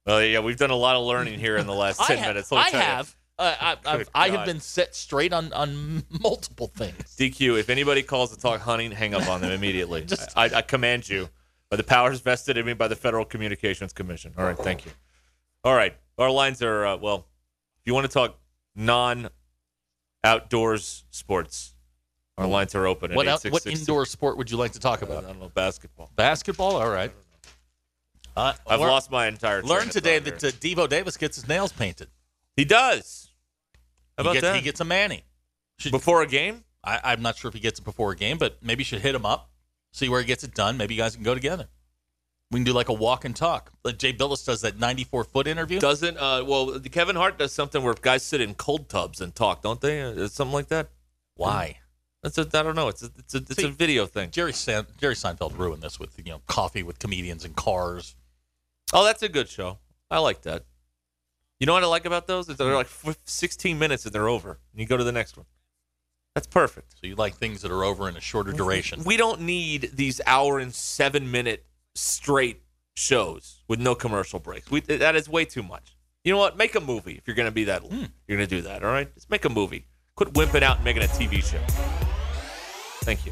[SPEAKER 1] Well, yeah, we've done a lot of learning here in the last 10
[SPEAKER 2] I have.
[SPEAKER 1] minutes. Let me
[SPEAKER 2] I
[SPEAKER 1] tell you.
[SPEAKER 2] have. Uh, I, I've,
[SPEAKER 1] Good
[SPEAKER 2] I have
[SPEAKER 1] God.
[SPEAKER 2] been set straight on on multiple things.
[SPEAKER 1] DQ, if anybody calls to talk hunting, hang up on them immediately. I, I command you by the powers vested in me by the Federal Communications Commission. All right, thank you. All right, our lines are uh, well. If you want to talk non outdoors sports, our lines are open. At
[SPEAKER 2] What out, what
[SPEAKER 1] 866.
[SPEAKER 2] indoor sport would you like to talk
[SPEAKER 1] I
[SPEAKER 2] about?
[SPEAKER 1] don't know basketball.
[SPEAKER 2] Basketball. All right. Uh,
[SPEAKER 1] I've
[SPEAKER 2] lear-
[SPEAKER 1] lost my entire. train
[SPEAKER 2] Learned
[SPEAKER 1] of
[SPEAKER 2] today
[SPEAKER 1] thought
[SPEAKER 2] that
[SPEAKER 1] here.
[SPEAKER 2] uh, Devo Davis gets his nails painted.
[SPEAKER 1] he does. How
[SPEAKER 2] He
[SPEAKER 1] about
[SPEAKER 2] gets-
[SPEAKER 1] that?
[SPEAKER 2] He gets a manny.
[SPEAKER 1] Before a game,
[SPEAKER 2] I, I'm not sure if he gets it before a game, but maybe you should hit him up, see where he gets it done. Maybe you guys can go together. We can do like a walk and talk. Like Jay Billis does that 94 foot interview.
[SPEAKER 1] doesn't uh well Kevin Hart does something where guys sit in cold tubs and talk, don't they? Uh, Something like that.
[SPEAKER 2] Why?
[SPEAKER 1] That's a, I don't know. It's a, it's a, it's
[SPEAKER 2] See-
[SPEAKER 1] a video thing.
[SPEAKER 2] Jerry San- Jerry Seinfeld ruined this with you know coffee with comedians and cars.
[SPEAKER 1] Oh, that's a good show. I like that. You know what I like about those? Is they're like f- 16 minutes and they're over. And you go to the next one. That's perfect.
[SPEAKER 2] So you like things that are over in a shorter duration.
[SPEAKER 1] We don't need these hour and seven minute straight shows with no commercial breaks. We, that is way too much. You know what? Make a movie if you're going to be that. You're going to do that, all right? Just make a movie. Quit wimping out and making a TV show. Thank you.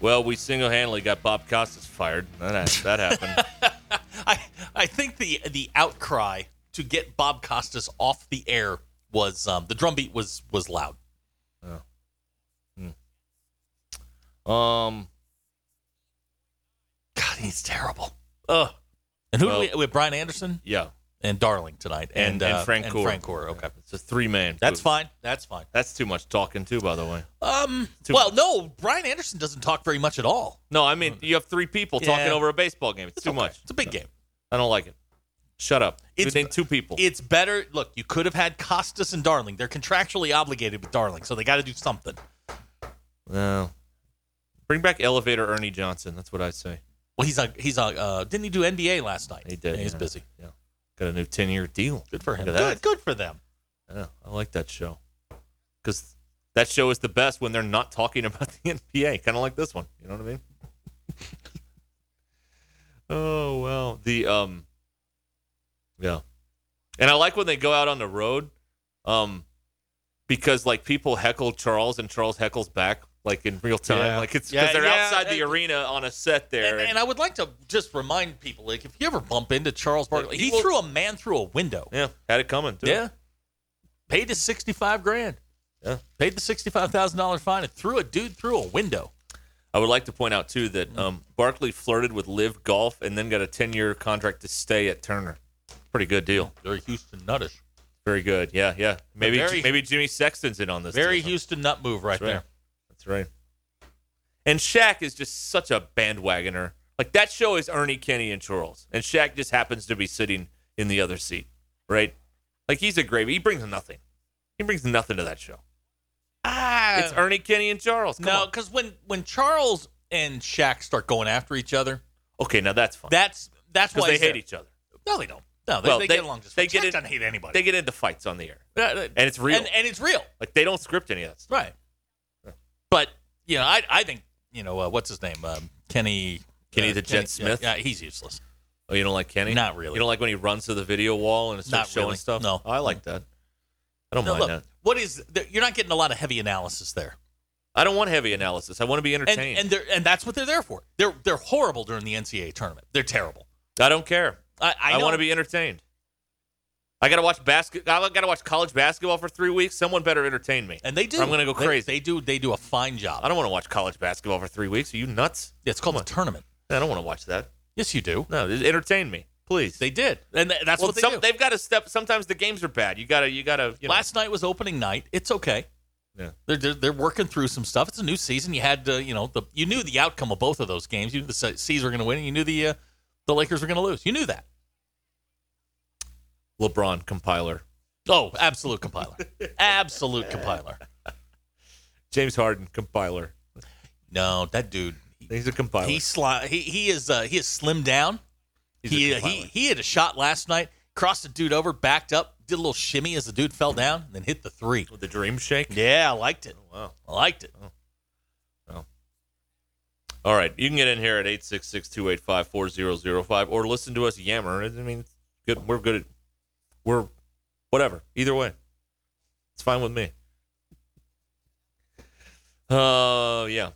[SPEAKER 1] Well, we single handedly got Bob Costas fired. That, that happened.
[SPEAKER 2] I I think the the outcry to get Bob Costas off the air was um, the drumbeat was was loud.
[SPEAKER 1] Um,
[SPEAKER 2] God, he's terrible.
[SPEAKER 1] ugh.
[SPEAKER 2] And who
[SPEAKER 1] Well-
[SPEAKER 2] do we, we have Brian Anderson
[SPEAKER 1] yeah.
[SPEAKER 2] and Darling tonight, and
[SPEAKER 1] And- and
[SPEAKER 2] uh,
[SPEAKER 1] Frank
[SPEAKER 2] and
[SPEAKER 1] Gore.
[SPEAKER 2] Frank Gore. Okay,
[SPEAKER 1] It's a three man.
[SPEAKER 2] that's fine. That's fine.
[SPEAKER 1] That's too much talking, too, by the way.
[SPEAKER 2] Um,
[SPEAKER 1] Too
[SPEAKER 2] well,
[SPEAKER 1] much.
[SPEAKER 2] no, Brian Anderson doesn't talk very much at all.
[SPEAKER 1] No, I mean, you have three people talking
[SPEAKER 2] Yeah.
[SPEAKER 1] over a baseball game. It's, too
[SPEAKER 2] okay.
[SPEAKER 1] much.
[SPEAKER 2] It's a big game.
[SPEAKER 1] I don't like it. Shut up.
[SPEAKER 2] It's-
[SPEAKER 1] It's, you name two people.
[SPEAKER 2] It's better. Look, you could have had Costas and Darling. They're contractually obligated with Darling, so they got to do something.
[SPEAKER 1] no. Bring back elevator Ernie Johnson. That's what I say.
[SPEAKER 2] Well, he's on. He's on. Uh, didn't he do NBA last night?
[SPEAKER 1] He did.
[SPEAKER 2] Yeah, he's
[SPEAKER 1] yeah.
[SPEAKER 2] busy.
[SPEAKER 1] Yeah. Got a new 10 year deal.
[SPEAKER 2] Good for him.
[SPEAKER 1] Look at that.
[SPEAKER 2] Good. Good for them.
[SPEAKER 1] Yeah, I like that show because that show is the best when they're not talking about the NBA. Kind of like this one. You know what I mean? oh well, the um, yeah, and I like when they go out on the road, um, because like people heckle Charles and Charles heckles back like in real time.
[SPEAKER 2] Yeah.
[SPEAKER 1] Like it's because
[SPEAKER 2] Yeah,
[SPEAKER 1] they're
[SPEAKER 2] yeah,
[SPEAKER 1] outside the
[SPEAKER 2] and-
[SPEAKER 1] arena on a set there.
[SPEAKER 2] And, and I would like to just remind people, like, if you ever bump into Charles Barkley, he
[SPEAKER 1] Well-
[SPEAKER 2] threw a man through a window.
[SPEAKER 1] yeah, had it coming. Too.
[SPEAKER 2] Yeah. Paid his sixty-five grand.
[SPEAKER 1] Yeah.
[SPEAKER 2] Paid the sixty-five thousand dollar fine and threw a dude through a window.
[SPEAKER 1] I would like to point out too
[SPEAKER 2] Mm.
[SPEAKER 1] that um, Barkley flirted with Live Golf and then got a ten-year contract to stay at Turner. Pretty good deal.
[SPEAKER 2] Very Houston nuttish.
[SPEAKER 1] Very good. Yeah, yeah. Maybe
[SPEAKER 2] very-
[SPEAKER 1] maybe Jimmy Sexton's in on this.
[SPEAKER 2] Very
[SPEAKER 1] deal.
[SPEAKER 2] Houston nut move right,
[SPEAKER 1] That's right.
[SPEAKER 2] there.
[SPEAKER 1] That's right. And Shaq is just such a bandwagoner. Like that show is Ernie, Kenny, and Charles, and Shaq just happens to be sitting in the other seat, right? Like he's a gravy. He brings nothing. He brings nothing to that show.
[SPEAKER 2] Ah,
[SPEAKER 1] It's Ernie, Kenny, and Charles. Come
[SPEAKER 2] no,
[SPEAKER 1] on.
[SPEAKER 2] because when when Charles and Shaq start going after each other,
[SPEAKER 1] Okay, now that's fun.
[SPEAKER 2] that's that's
[SPEAKER 1] because
[SPEAKER 2] why
[SPEAKER 1] they
[SPEAKER 2] he's
[SPEAKER 1] hate
[SPEAKER 2] there.
[SPEAKER 1] each other.
[SPEAKER 2] No, they don't. No, they,
[SPEAKER 1] Well,
[SPEAKER 2] they,
[SPEAKER 1] they-
[SPEAKER 2] get along just
[SPEAKER 1] they
[SPEAKER 2] fine.
[SPEAKER 1] get
[SPEAKER 2] Shaq
[SPEAKER 1] it-
[SPEAKER 2] doesn't hate anybody.
[SPEAKER 1] They get into fights on the air,
[SPEAKER 2] and
[SPEAKER 1] and it's real.
[SPEAKER 2] And, and it's real.
[SPEAKER 1] Like they don't script any of that. Stuff.
[SPEAKER 2] Right. But you know, I I think you know uh, what's his name, um, Kenny
[SPEAKER 1] Kenny
[SPEAKER 2] uh,
[SPEAKER 1] the Jet Smith?
[SPEAKER 2] Yeah, yeah, he's useless.
[SPEAKER 1] Oh, you don't like Kenny?
[SPEAKER 2] Not really.
[SPEAKER 1] You don't like when he runs to the video wall and it's
[SPEAKER 2] Not
[SPEAKER 1] showing
[SPEAKER 2] really.
[SPEAKER 1] stuff? Oh,
[SPEAKER 2] No.
[SPEAKER 1] I like that. I don't
[SPEAKER 2] No,
[SPEAKER 1] mind
[SPEAKER 2] look,
[SPEAKER 1] that.
[SPEAKER 2] what is there, you're not getting a lot of heavy analysis there,
[SPEAKER 1] I don't want heavy analysis. I want to be
[SPEAKER 2] and
[SPEAKER 1] entertained.
[SPEAKER 2] and they're and that's what they're there for. They're they're horrible during the NCAA tournament. They're terrible.
[SPEAKER 1] I don't care.
[SPEAKER 2] I I,
[SPEAKER 1] I,
[SPEAKER 2] know-
[SPEAKER 1] want to be entertained. I gotta watch basket. I gotta watch college basketball for three weeks. Someone better entertain me.
[SPEAKER 2] and they do.
[SPEAKER 1] or I'm gonna go
[SPEAKER 2] They-
[SPEAKER 1] crazy.
[SPEAKER 2] They, do they do a fine job.
[SPEAKER 1] I don't want to watch college basketball for three weeks. Are you nuts?
[SPEAKER 2] Yeah, it's called a tournament.
[SPEAKER 1] I don't want to watch that.
[SPEAKER 2] Yes, you do.
[SPEAKER 1] No, just entertain me, please.
[SPEAKER 2] They did, and th- that's
[SPEAKER 1] well,
[SPEAKER 2] what they do.
[SPEAKER 1] some, they've got to step. Sometimes the games are bad. You gotta. You gotta. You know,
[SPEAKER 2] Last night was opening night. It's okay.
[SPEAKER 1] Yeah.
[SPEAKER 2] They're, they're they're working through some stuff. It's a new season. You had uh, you know the you knew the outcome of both of those games. You knew the Se- Seas were going to win, and you knew the uh, the Lakers were going to lose. You knew that.
[SPEAKER 1] LeBron compiler.
[SPEAKER 2] Oh, absolute compiler, absolute compiler.
[SPEAKER 1] James Harden compiler.
[SPEAKER 2] No, that dude.
[SPEAKER 1] He's a compiler.
[SPEAKER 2] He sli- he he is uh, he is slimmed down.
[SPEAKER 1] He's a
[SPEAKER 2] he,
[SPEAKER 1] compiler.
[SPEAKER 2] he he had a shot last night, crossed the dude over, backed up, did a little shimmy as the dude fell down, and then hit the three.
[SPEAKER 1] with the dream shake.
[SPEAKER 2] Yeah, I liked it.
[SPEAKER 1] Oh, Wow.
[SPEAKER 2] I liked it.
[SPEAKER 1] All right, you can get in here at 866-285-4005 or listen to us yammer. I mean, it's good. We're good at we're whatever. Either way, it's fine with me. Uh, yeah.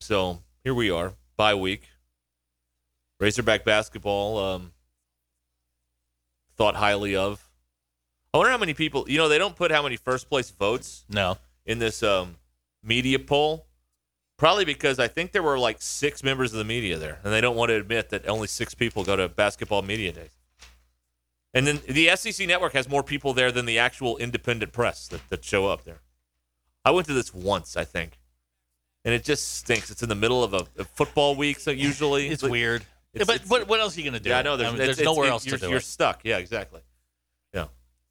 [SPEAKER 1] So here we are, bye week. Razorback basketball. Um, thought highly of. I wonder how many people. You know, they don't put how many first place votes
[SPEAKER 2] No,
[SPEAKER 1] in this um, media poll. Probably because I think there were like six members of the media there, and they don't want to admit that only six people go to basketball media days. And then the SEC network has more people there than the actual independent press that, that show up there. I went to this once, I think, and it just stinks. It's in the middle of a, a football week, so usually
[SPEAKER 2] it's
[SPEAKER 1] like-
[SPEAKER 2] weird.
[SPEAKER 1] it's-
[SPEAKER 2] but
[SPEAKER 1] it's-
[SPEAKER 2] what, what else are you gonna do?
[SPEAKER 1] yeah, I know. There's,
[SPEAKER 2] mean,
[SPEAKER 1] it's-
[SPEAKER 2] there's
[SPEAKER 1] it's-
[SPEAKER 2] nowhere
[SPEAKER 1] it-
[SPEAKER 2] else
[SPEAKER 1] you're,
[SPEAKER 2] to do
[SPEAKER 1] You're
[SPEAKER 2] it.
[SPEAKER 1] stuck. Yeah, exactly. Yeah,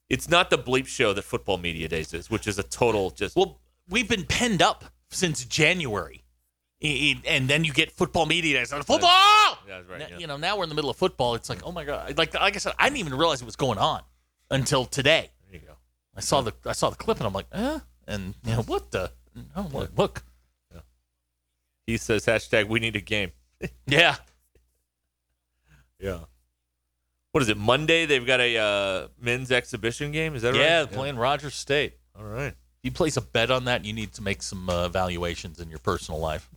[SPEAKER 1] it's not the bleep show that football media days is, which is a total just.
[SPEAKER 2] Well, we've been penned up since January, I- I- and then you get football media days. Like, Football.
[SPEAKER 1] yeah, that's right.
[SPEAKER 2] Now-
[SPEAKER 1] yeah.
[SPEAKER 2] You know, now we're in the middle of football. It's like, oh my god! Like, like I said, I didn't even realize it was going on until today.
[SPEAKER 1] there you go.
[SPEAKER 2] I saw the I saw the clip, and I'm like, eh. And you know, what the? Oh, look, look.
[SPEAKER 1] He says hashtag we need a game.
[SPEAKER 2] Yeah.
[SPEAKER 1] Yeah. What is it? Monday they've got a uh, men's exhibition game. Is that
[SPEAKER 2] Yeah,
[SPEAKER 1] right?
[SPEAKER 2] playing Rogers State.
[SPEAKER 1] All right.
[SPEAKER 2] If you place a bet on that, you need to make some uh, evaluations in your personal life.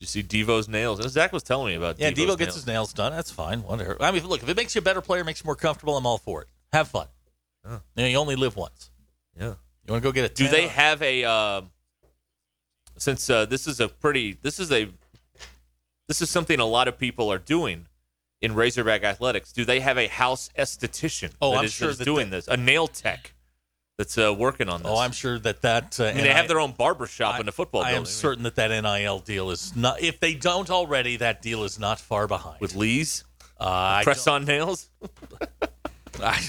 [SPEAKER 1] You see Devo's nails. Zach was telling me about.
[SPEAKER 2] Yeah,
[SPEAKER 1] Devo's
[SPEAKER 2] Devo gets
[SPEAKER 1] nails.
[SPEAKER 2] his nails done. That's fine. Whatever. I mean, look, if it makes you a better player, makes you more comfortable, I'm all for it. Have fun.
[SPEAKER 1] Yeah.
[SPEAKER 2] You, know, you only live once.
[SPEAKER 1] Yeah.
[SPEAKER 2] You want to go get a
[SPEAKER 1] Do
[SPEAKER 2] 10
[SPEAKER 1] they
[SPEAKER 2] on-
[SPEAKER 1] have a? um since uh, this is a pretty, this is a, this is something a lot of people are doing in Razorback athletics. Do they have a house esthetician?
[SPEAKER 2] Oh,
[SPEAKER 1] that
[SPEAKER 2] I'm
[SPEAKER 1] is-
[SPEAKER 2] sure
[SPEAKER 1] that is
[SPEAKER 2] that
[SPEAKER 1] doing this. A nail tech that's uh, working on this.
[SPEAKER 2] Oh, I'm sure that that. Uh,
[SPEAKER 1] I mean, they have their own barber shop in the football.
[SPEAKER 2] I
[SPEAKER 1] building.
[SPEAKER 2] am certain that that NIL deal is not. If they don't already, that deal is not far behind.
[SPEAKER 1] with Lee's
[SPEAKER 2] uh, I
[SPEAKER 1] press on nails.
[SPEAKER 2] I,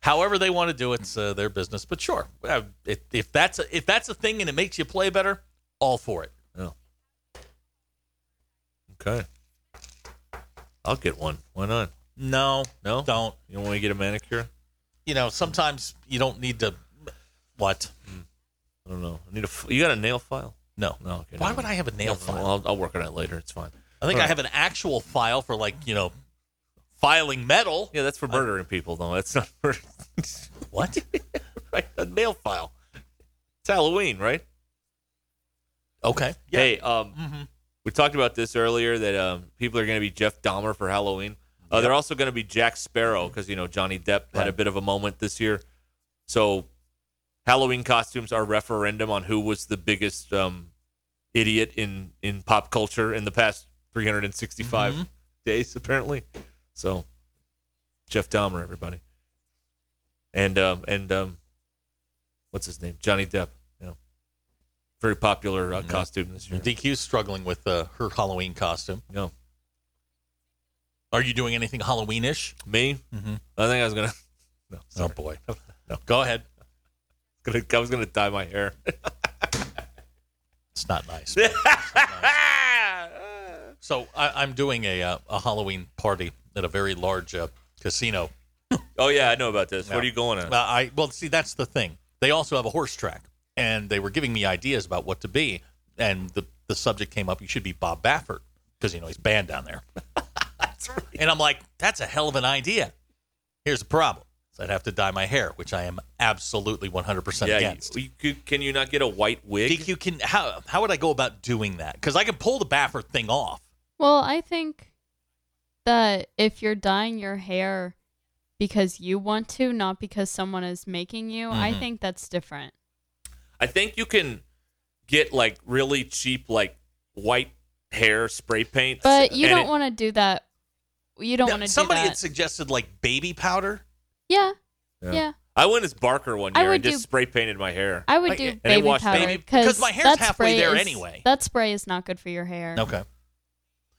[SPEAKER 2] however they want to do it, it's uh, their business. But sure, uh, if, if that's a, if that's a thing and it makes you play better, all for it.
[SPEAKER 1] Okay. I'll get one. Why not?
[SPEAKER 2] No,
[SPEAKER 1] No?
[SPEAKER 2] don't.
[SPEAKER 1] You don't want to get a manicure?
[SPEAKER 2] You know, sometimes you don't need to. What?
[SPEAKER 1] I don't know. I need a. f- You got a nail file?
[SPEAKER 2] No.
[SPEAKER 1] No. Okay,
[SPEAKER 2] Why
[SPEAKER 1] never
[SPEAKER 2] would I
[SPEAKER 1] mind.
[SPEAKER 2] have a nail
[SPEAKER 1] Well,
[SPEAKER 2] file?
[SPEAKER 1] I'll, I'll work on it later. It's fine.
[SPEAKER 2] I think I
[SPEAKER 1] alright.
[SPEAKER 2] have an actual file for like you know, filing metal.
[SPEAKER 1] Yeah, that's for murdering people, though. That's not for
[SPEAKER 2] What?
[SPEAKER 1] right, a nail file. It's Halloween, right?
[SPEAKER 2] Okay. Yeah. Mm-hmm.
[SPEAKER 1] Hey, um, we talked about this earlier that um, people are going to be Jeff Dahmer for Halloween. Uh, They're also going to be Jack Sparrow because you know Johnny Depp had a bit of a moment this year. So Halloween costumes are referendum on who was the biggest um, idiot in in pop culture in the past 365 days, apparently. So Jeff Dahmer, everybody, and um, and um, what's his name, Johnny Depp. You know, very popular uh, costume this year.
[SPEAKER 2] DQ's struggling with uh, her Halloween costume.
[SPEAKER 1] No.
[SPEAKER 2] Are you doing anything Halloweenish?
[SPEAKER 1] Me?
[SPEAKER 2] Mhm.
[SPEAKER 1] I think I was gonna. No,
[SPEAKER 2] Oh
[SPEAKER 1] sorry.
[SPEAKER 2] boy. Go ahead.
[SPEAKER 1] Gonna- I was gonna dye my hair.
[SPEAKER 2] It's not nice. So I, I'm doing a uh, a Halloween party at a very large uh, casino.
[SPEAKER 1] oh yeah, I know about this.
[SPEAKER 2] Yeah.
[SPEAKER 1] What are you going on?
[SPEAKER 2] Well, I well see that's the thing. They also have a horse track, and they were giving me ideas about what to be, and the the subject came up. You should be Bob Baffert because you know he's banned down there. And I'm like, that's a hell of an idea. Here's the problem: is I'd have to dye my hair, which I am absolutely 100 percent
[SPEAKER 1] yeah,
[SPEAKER 2] against.
[SPEAKER 1] you, you could- can you not get a white wig?
[SPEAKER 2] DQ can how how would I go about doing that? Because I can pull the Baffert thing off.
[SPEAKER 3] Well, I think that if you're dyeing your hair because you want to, not because someone is making you, I
[SPEAKER 2] Mhm.
[SPEAKER 3] think that's different.
[SPEAKER 1] I think you can get like really cheap like white hair spray paint.
[SPEAKER 3] But you
[SPEAKER 1] and
[SPEAKER 3] don't
[SPEAKER 1] it-
[SPEAKER 3] want to do that. You don't
[SPEAKER 2] Now,
[SPEAKER 3] want to do that.
[SPEAKER 2] somebody had suggested like baby powder.
[SPEAKER 3] yeah,
[SPEAKER 1] Yeah.
[SPEAKER 3] yeah,
[SPEAKER 1] I went as Barker one
[SPEAKER 3] I
[SPEAKER 1] year
[SPEAKER 3] would
[SPEAKER 1] and just
[SPEAKER 3] do-
[SPEAKER 1] spray painted my hair.
[SPEAKER 3] I would
[SPEAKER 2] Like,
[SPEAKER 3] do
[SPEAKER 2] and
[SPEAKER 1] it
[SPEAKER 3] baby
[SPEAKER 1] washed
[SPEAKER 3] powder
[SPEAKER 2] baby- because my hair's
[SPEAKER 3] that
[SPEAKER 2] halfway
[SPEAKER 3] spray
[SPEAKER 2] there
[SPEAKER 3] is-
[SPEAKER 2] anyway.
[SPEAKER 3] That spray is not good for your hair.
[SPEAKER 2] Okay.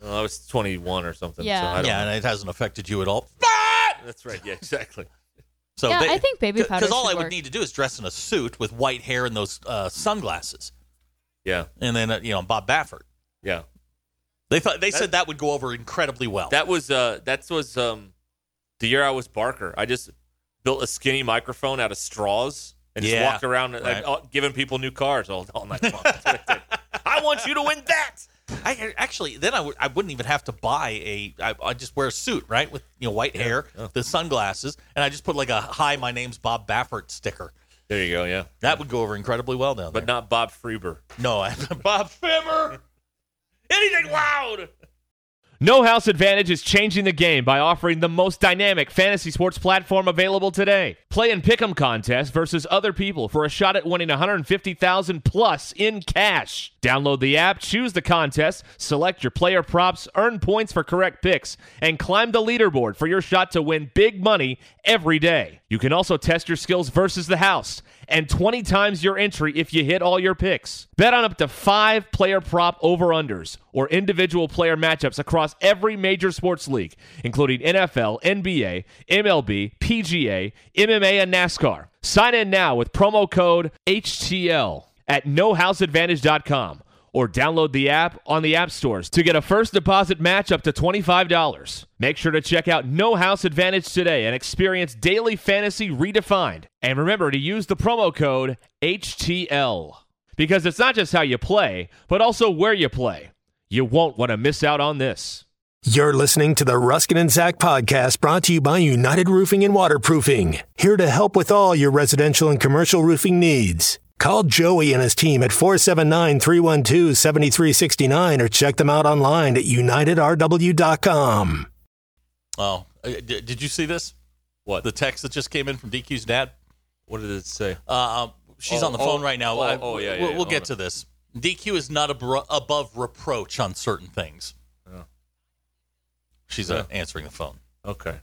[SPEAKER 1] Oh, I was 21 or something. So
[SPEAKER 3] Yeah.
[SPEAKER 1] I don't
[SPEAKER 2] Yeah,
[SPEAKER 1] know.
[SPEAKER 2] and it hasn't affected you at all.
[SPEAKER 1] That's right. Yeah, exactly.
[SPEAKER 2] So
[SPEAKER 3] yeah, I think baby powder.
[SPEAKER 2] because all
[SPEAKER 3] should
[SPEAKER 2] I would
[SPEAKER 3] work.
[SPEAKER 2] need to do is dress in a suit with white hair and those uh, sunglasses,
[SPEAKER 1] Yeah,
[SPEAKER 2] and then uh, you know Bob Baffert.
[SPEAKER 1] yeah.
[SPEAKER 2] They thought they said that would go over incredibly well.
[SPEAKER 1] That was uh that was um the year I was Barker. I just built a skinny microphone out of straws and just
[SPEAKER 2] Yeah,
[SPEAKER 1] walked around like,
[SPEAKER 2] right.
[SPEAKER 1] all- giving people new cars all, all night long. That's what I did. I want you to win that.
[SPEAKER 2] I- I actually then I w- I wouldn't even have to buy a I, I just wear a suit right with you know white hair the sunglasses and I just put like a hi my name's Bob Baffert sticker
[SPEAKER 1] There you go, yeah.
[SPEAKER 2] that would go over incredibly well down
[SPEAKER 1] But
[SPEAKER 2] there.
[SPEAKER 1] not Bob Freeber.
[SPEAKER 2] no I, Bob Fimmer
[SPEAKER 1] Anything loud.
[SPEAKER 5] No House Advantage is changing the game by offering the most dynamic fantasy sports platform available today. Play and pick 'em contest versus other people for a shot at winning 150,000 plus in cash. Download the app, choose the contest, select your player props, earn points for correct picks, and climb the leaderboard for your shot to win big money every day. You can also test your skills versus the house and 20 times your entry if you hit all your picks. Bet on up to five player prop over unders or individual player matchups across every major sports league, including NFL, NBA, MLB, PGA, MMA, and NASCAR. Sign in now with promo code HTL at nohouseadvantage.com or download the app on the app stores to get a first deposit match up to $25. Make sure to check out No House Advantage today and experience daily fantasy redefined. And remember to use the promo code HTL because it's not just how you play, but also where you play. You won't want to miss out on this.
[SPEAKER 6] You're listening to the Ruskin and Zach podcast brought to you by United Roofing and Waterproofing, here to help with all your residential and commercial roofing needs. Call Joey and his team at 479 312 7369 or check them out online at unitedrw.com.
[SPEAKER 2] oh uh, d- did you see this
[SPEAKER 1] What?
[SPEAKER 2] the text that just came in from DQ's dad
[SPEAKER 1] what did it say?
[SPEAKER 2] Uh, she's
[SPEAKER 1] Oh,
[SPEAKER 2] on the
[SPEAKER 1] oh,
[SPEAKER 2] phone right now.
[SPEAKER 1] oh,
[SPEAKER 2] I-
[SPEAKER 1] oh, yeah, yeah,
[SPEAKER 2] We'll,
[SPEAKER 1] yeah,
[SPEAKER 2] we'll
[SPEAKER 1] hold
[SPEAKER 2] get
[SPEAKER 1] on.
[SPEAKER 2] to this. DQ is not abro- above reproach on certain things. She's uh, answering the phone.
[SPEAKER 1] Okay.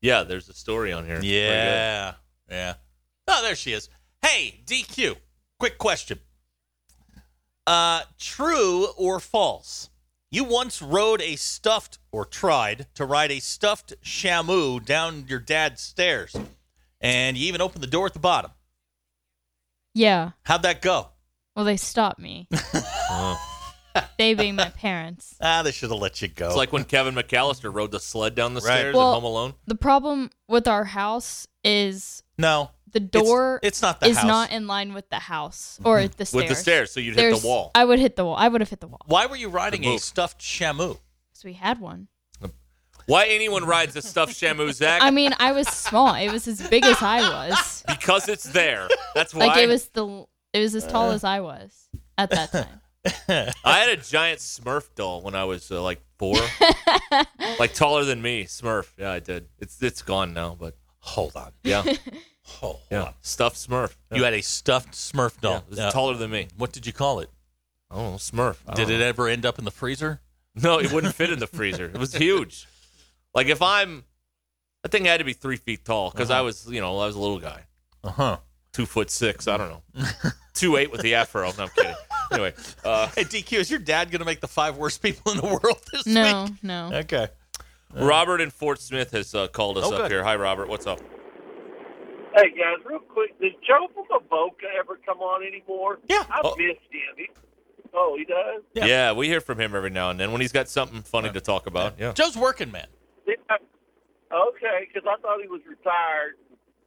[SPEAKER 1] Yeah, there's a story on here. Pretty good.
[SPEAKER 2] Yeah. Yeah. Oh, there she is. Hey, DQ, quick question. Uh, true or false? You once rode a stuffed, or tried to ride a stuffed shamu down your dad's stairs, and you even opened the door at the bottom.
[SPEAKER 3] Yeah.
[SPEAKER 2] How'd that go?
[SPEAKER 3] Well, they stopped me. they being my parents.
[SPEAKER 2] Ah, they should have let you go.
[SPEAKER 1] It's like when Kevin McAllister rode the sled down the
[SPEAKER 2] Right.
[SPEAKER 1] stairs
[SPEAKER 3] Well-
[SPEAKER 1] in Home Alone.
[SPEAKER 3] The problem with our house is
[SPEAKER 2] no,
[SPEAKER 3] the
[SPEAKER 2] It's-
[SPEAKER 3] door
[SPEAKER 2] It's, not the
[SPEAKER 3] is
[SPEAKER 2] house.
[SPEAKER 3] not in line with the house or with the stairs.
[SPEAKER 1] Mm-hmm. With the stairs, so you'd hit
[SPEAKER 3] There's-
[SPEAKER 1] the wall.
[SPEAKER 3] I would hit the wall. I would have hit the wall.
[SPEAKER 2] Why were you riding
[SPEAKER 1] The
[SPEAKER 2] a
[SPEAKER 1] boat.
[SPEAKER 2] stuffed shamu?
[SPEAKER 3] So we had one.
[SPEAKER 1] Why anyone rides a stuffed Shamu Zach?
[SPEAKER 3] I mean, I was small. It was as big as I was.
[SPEAKER 1] because it's there. That's why. Uh.
[SPEAKER 3] Like it was the it was as tall as I was at that time.
[SPEAKER 1] I had a giant Smurf doll when I was uh, like four, like taller than me. Smurf. Yeah, I did. It's it's gone now, but
[SPEAKER 2] Hold on.
[SPEAKER 1] yeah,
[SPEAKER 2] Hold
[SPEAKER 1] yeah. Stuffed Smurf. Yeah.
[SPEAKER 2] You had a stuffed Smurf
[SPEAKER 1] Oh. yeah,
[SPEAKER 2] doll.
[SPEAKER 1] it was
[SPEAKER 2] Uh,
[SPEAKER 1] taller than me.
[SPEAKER 2] what did you call it?
[SPEAKER 1] Oh, Smurf. I
[SPEAKER 2] Did
[SPEAKER 1] don't
[SPEAKER 2] it
[SPEAKER 1] know.
[SPEAKER 2] ever end up in the freezer?
[SPEAKER 1] No, it wouldn't fit in the freezer. It was huge. Like if I'm, I think I had to be three feet tall because
[SPEAKER 2] Uh-huh.
[SPEAKER 1] I was, you know, I was a little guy,
[SPEAKER 2] Uh huh.
[SPEAKER 1] two foot six. I don't know, two eight with the afro. No, I'm kidding. Anyway, uh,
[SPEAKER 2] Hey DQ, is your dad gonna make the five worst people in the world this
[SPEAKER 3] No,
[SPEAKER 2] week?
[SPEAKER 3] no.
[SPEAKER 2] Okay.
[SPEAKER 1] Robert in Fort Smith has uh, called us
[SPEAKER 2] Oh,
[SPEAKER 1] up
[SPEAKER 2] good.
[SPEAKER 1] here. Hi, Robert. What's up?
[SPEAKER 7] Hey guys, real quick, does Joe from Boca ever come on anymore?
[SPEAKER 2] Yeah.
[SPEAKER 7] I
[SPEAKER 1] Oh.
[SPEAKER 7] missed him. He, oh, he does.
[SPEAKER 2] Yeah.
[SPEAKER 1] Yeah. we hear from him every now and then when he's got something funny to talk about. Yeah.
[SPEAKER 2] Joe's working man.
[SPEAKER 7] Yeah. Okay, because I thought he was retired.